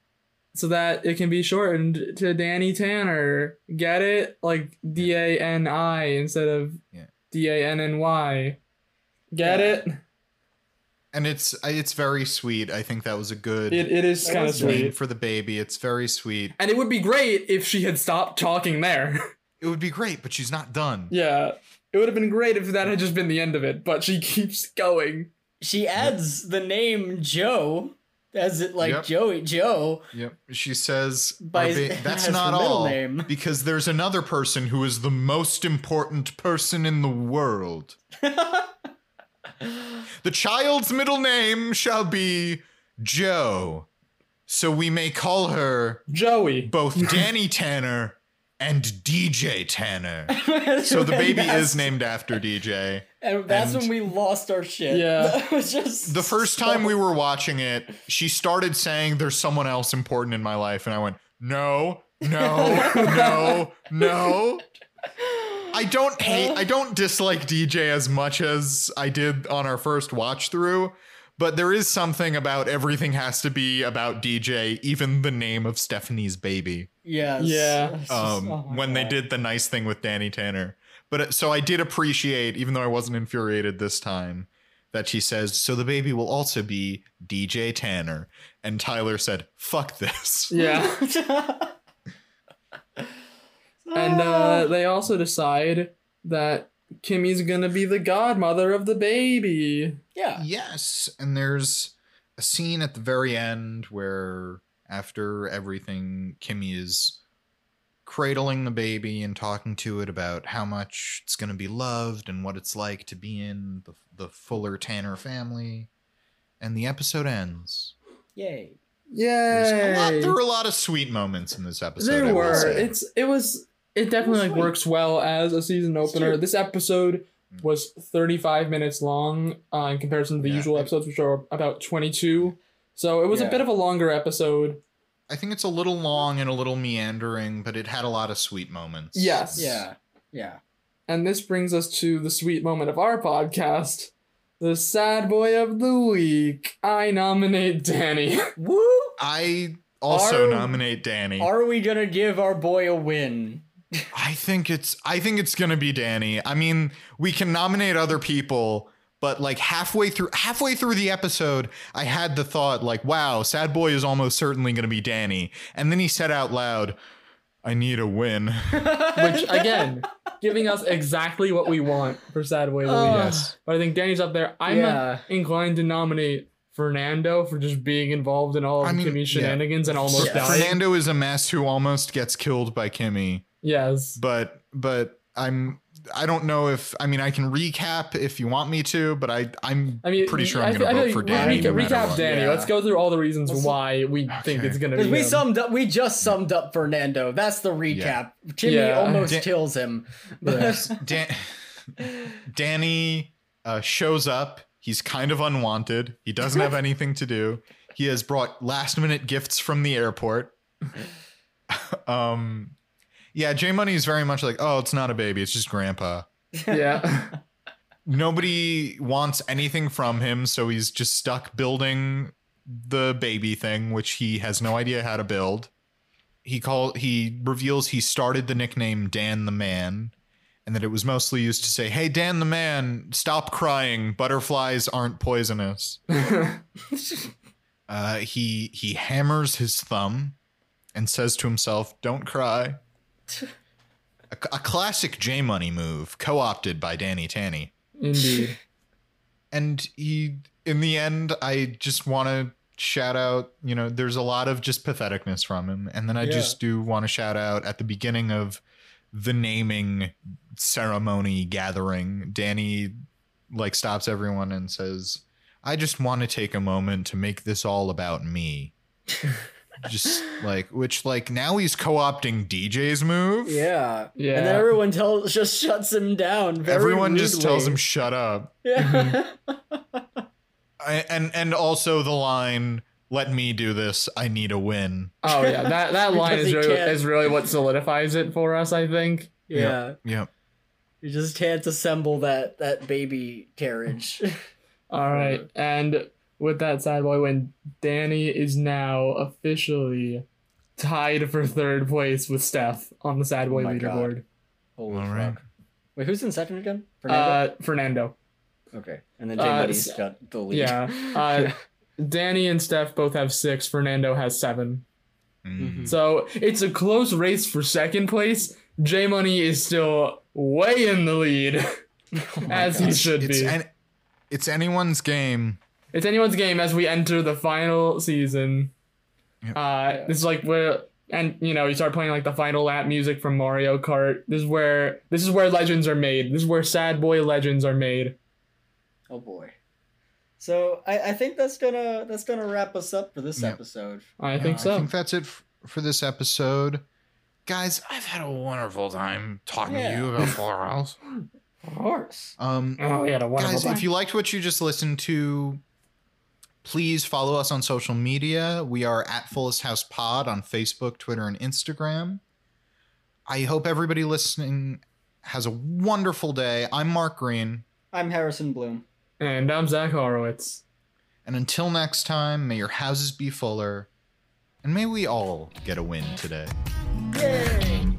[SPEAKER 3] so that it can be shortened to Danny Tanner. Get it? Like D A N I instead of
[SPEAKER 1] Yeah.
[SPEAKER 3] D A N N Y. Get
[SPEAKER 2] Yeah.
[SPEAKER 3] it?
[SPEAKER 1] And it's it's very sweet. I think that was a good
[SPEAKER 3] It, it is
[SPEAKER 2] That
[SPEAKER 3] kind of
[SPEAKER 2] was
[SPEAKER 1] name
[SPEAKER 3] sweet.
[SPEAKER 1] for the baby. It's very sweet.
[SPEAKER 3] And it would be great if she had stopped talking there. <laughs>
[SPEAKER 1] It would be great, but she's not done.
[SPEAKER 3] yeah. It would have been great if that had just been the end of it, but she keeps going.
[SPEAKER 2] She adds the name Joe as it like
[SPEAKER 1] Yep.
[SPEAKER 2] Joey Joe <laughs>
[SPEAKER 1] Yep. She says,
[SPEAKER 2] by
[SPEAKER 1] our
[SPEAKER 2] his-
[SPEAKER 3] <laughs>
[SPEAKER 1] ba- that's
[SPEAKER 2] as
[SPEAKER 1] not
[SPEAKER 2] her middle
[SPEAKER 1] all.
[SPEAKER 2] name.
[SPEAKER 1] Because there's another person who is the most important person in the
[SPEAKER 3] <laughs>
[SPEAKER 1] world. The child's middle name shall be Joe. So we may call her
[SPEAKER 3] Joey. <laughs>
[SPEAKER 1] both Danny Tanner and DJ Tanner. So the
[SPEAKER 2] <laughs>
[SPEAKER 1] baby is named after DJ.
[SPEAKER 2] And that's
[SPEAKER 1] and-
[SPEAKER 2] when we lost our shit.
[SPEAKER 3] Yeah.
[SPEAKER 2] <laughs> That was just
[SPEAKER 1] The first
[SPEAKER 2] so-
[SPEAKER 1] time we were watching it, she started saying, There's someone else important in my life. And I went, No, no, no, no. I don't hate, I don't dislike DJ as much as I did on our first watch through, but there is something about everything has to be about DJ, even the name of Stephanie's baby,
[SPEAKER 2] Yes.
[SPEAKER 3] Yeah.
[SPEAKER 2] It's just-
[SPEAKER 1] um,
[SPEAKER 2] oh my
[SPEAKER 1] when they
[SPEAKER 2] God.
[SPEAKER 1] did the nice thing with Danny Tanner. But it- so I did appreciate, even though I wasn't infuriated this time, that she says, So the baby will also be DJ Tanner. And Tyler said, Fuck this.
[SPEAKER 3] <laughs> Yeah.
[SPEAKER 2] <laughs>
[SPEAKER 3] And
[SPEAKER 1] Oh.
[SPEAKER 3] uh, they also decide that Kimmy's gonna be the godmother of the baby.
[SPEAKER 2] yeah.
[SPEAKER 1] Yes, and there's a scene at the very end where after everything Kimmy is cradling the baby and talking to it about how much it's going to be loved and what it's like to be in the, the Fuller Tanner family and the episode ends.
[SPEAKER 2] Yay.
[SPEAKER 1] There's
[SPEAKER 3] Yay!
[SPEAKER 1] a lot, there were a lot of sweet moments in this episode. I
[SPEAKER 3] there
[SPEAKER 1] will
[SPEAKER 3] were.
[SPEAKER 1] say.
[SPEAKER 3] It's it was it definitely like
[SPEAKER 2] sweet.
[SPEAKER 3] works well as a season
[SPEAKER 2] It's
[SPEAKER 3] opener.
[SPEAKER 2] true.
[SPEAKER 3] This episode was 35 minutes long uh, in comparison to the
[SPEAKER 1] Yeah.
[SPEAKER 3] usual episodes, which are about 22. So it was
[SPEAKER 2] Yeah.
[SPEAKER 3] a bit of a longer episode.
[SPEAKER 1] I think it's a little long and a little meandering, but it had a lot of sweet moments.
[SPEAKER 3] Yes.
[SPEAKER 2] Yeah. Yeah.
[SPEAKER 3] And this brings us to the sweet moment of our podcast. The sad boy of the week. I nominate Danny. <laughs>
[SPEAKER 2] Woo!
[SPEAKER 1] I also
[SPEAKER 2] Are-
[SPEAKER 1] nominate Danny.
[SPEAKER 2] Are we gonna give our boy a win? <laughs>
[SPEAKER 1] I think it's I think it's gonna be Danny. I mean, we can nominate other people, but like halfway through halfway through the episode, I had the thought like, wow, Sad Boy is almost certainly gonna be Danny. And then he said out loud, I need a
[SPEAKER 3] <laughs>
[SPEAKER 1] win.
[SPEAKER 2] <laughs>
[SPEAKER 3] Which again, giving us exactly what we want for sad boy of the week.
[SPEAKER 2] Oh.
[SPEAKER 1] yes.
[SPEAKER 3] But I think Danny's up there. I'm not
[SPEAKER 2] yeah.
[SPEAKER 3] inclined to nominate Fernando for just being involved in all of
[SPEAKER 1] I mean,
[SPEAKER 3] Kimmy's
[SPEAKER 1] yeah.
[SPEAKER 3] shenanigans and almost
[SPEAKER 2] Yeah.
[SPEAKER 3] dying.
[SPEAKER 1] Fernando is a mess who almost gets killed by Kimmy,
[SPEAKER 3] yes.
[SPEAKER 1] but but I'm I don't know if I mean I can recap if you want me to, but I I'm
[SPEAKER 3] I mean,
[SPEAKER 1] pretty sure I'm
[SPEAKER 3] I-
[SPEAKER 1] gonna
[SPEAKER 3] I
[SPEAKER 1] vote
[SPEAKER 3] think
[SPEAKER 1] for
[SPEAKER 3] we-
[SPEAKER 1] Danny.
[SPEAKER 3] Reca-
[SPEAKER 1] no matter
[SPEAKER 3] recap
[SPEAKER 1] what.
[SPEAKER 3] Danny.
[SPEAKER 2] Yeah.
[SPEAKER 3] Let's go through all the reasons
[SPEAKER 2] Let's-
[SPEAKER 3] why we think
[SPEAKER 1] Okay.
[SPEAKER 3] it's gonna be.
[SPEAKER 2] Because we
[SPEAKER 3] him.
[SPEAKER 2] summed up, we just summed up Fernando. That's the recap.
[SPEAKER 1] Yeah.
[SPEAKER 2] Jimmy
[SPEAKER 3] Yeah.
[SPEAKER 2] almost
[SPEAKER 1] Da- <laughs>
[SPEAKER 2] kills him.
[SPEAKER 3] Yeah.
[SPEAKER 1] Dan- Danny uh, shows up. He's kind of unwanted. He doesn't have anything to do. He has brought last minute gifts from the airport. <laughs> um, yeah, J Money is very much like, oh, it's not a baby, it's just grandpa.
[SPEAKER 3] <laughs> yeah.
[SPEAKER 1] Nobody wants anything from him, so he's just stuck building the baby thing, which he has no idea how to build. He call he reveals he started the nickname Dan the Man, and that it was mostly used to say, "Hey, Dan the Man, stop crying. Butterflies aren't poisonous." Uh, he he hammers his thumb and says to himself, "Don't cry." A, a classic J Money move, co-opted by Danny Tanny
[SPEAKER 3] Indeed.
[SPEAKER 1] and he in the end i just want to shout out you know there's a lot of just patheticness from him and then i
[SPEAKER 3] Yeah.
[SPEAKER 1] just do want to shout out at the beginning of the naming ceremony gathering danny like stops everyone and says i just want to take a moment to make this all about
[SPEAKER 2] <laughs>
[SPEAKER 1] me just like which like now he's co-opting dj's move
[SPEAKER 2] Yeah. <laughs>
[SPEAKER 3] Yeah.
[SPEAKER 2] And then everyone tells just shuts him down. very
[SPEAKER 1] everyone just tells him
[SPEAKER 2] rudely.
[SPEAKER 1] shut up
[SPEAKER 2] <laughs> Yeah.
[SPEAKER 3] Mm-hmm.
[SPEAKER 1] I, and and also the line let me do this i need a win
[SPEAKER 3] Oh yeah.
[SPEAKER 2] <laughs>
[SPEAKER 3] That that line
[SPEAKER 2] Because
[SPEAKER 3] is
[SPEAKER 2] he
[SPEAKER 3] really,
[SPEAKER 2] can't.
[SPEAKER 3] is really what solidifies it for us. I think.
[SPEAKER 2] yeah.
[SPEAKER 1] yep
[SPEAKER 2] You just can't assemble that that baby carriage.
[SPEAKER 3] All right. And with that sad boy, when Danny is now officially tied for third place with Steph on the sad boy
[SPEAKER 2] Oh my God.
[SPEAKER 3] leaderboard.
[SPEAKER 2] <laughs> Holy
[SPEAKER 1] All right.
[SPEAKER 2] fuck. Wait, who's in second again? Fernando?
[SPEAKER 3] Uh, Fernando.
[SPEAKER 2] okay. And then
[SPEAKER 3] uh,
[SPEAKER 2] Jay Buddy's
[SPEAKER 3] s-
[SPEAKER 2] got the lead. <laughs>
[SPEAKER 3] Yeah. Uh, Danny and Steph both have six. Fernando has 7
[SPEAKER 1] Mm.
[SPEAKER 3] So it's a close race for second place. J Money is still way in the lead, as he
[SPEAKER 2] Oh
[SPEAKER 1] It's-
[SPEAKER 3] should
[SPEAKER 1] it's
[SPEAKER 3] be.
[SPEAKER 1] an- it's anyone's game
[SPEAKER 3] it's anyone's game as we enter the final season.
[SPEAKER 1] Yep.
[SPEAKER 3] Uh, This is like where, and you know, you start playing like the final lap music from Mario Kart. This is where this is where legends are made. This is where sad boy legends are made.
[SPEAKER 2] Oh boy. So I, I think that's gonna that's gonna wrap us up for this
[SPEAKER 1] Yep.
[SPEAKER 2] episode.
[SPEAKER 3] I
[SPEAKER 1] Yeah,
[SPEAKER 3] think so.
[SPEAKER 1] I think that's it f- for this episode. Guys, I've had a wonderful time talking
[SPEAKER 2] Yeah.
[SPEAKER 1] to you about Full House.
[SPEAKER 2] Of course.
[SPEAKER 1] <laughs> Um,
[SPEAKER 3] oh, we had a wonderful
[SPEAKER 1] guys,
[SPEAKER 3] time.
[SPEAKER 1] if you liked what you just listened to, please follow us on social media. We are at Fullest House Pod on Facebook, Twitter, and Instagram. I hope everybody listening has a wonderful day. I'm Mark Green,
[SPEAKER 2] I'm Harrison Bloom.
[SPEAKER 3] and I'm Zach Horowitz.
[SPEAKER 1] and until next time, may your houses be fuller, and may we all get a win today.
[SPEAKER 2] Yay!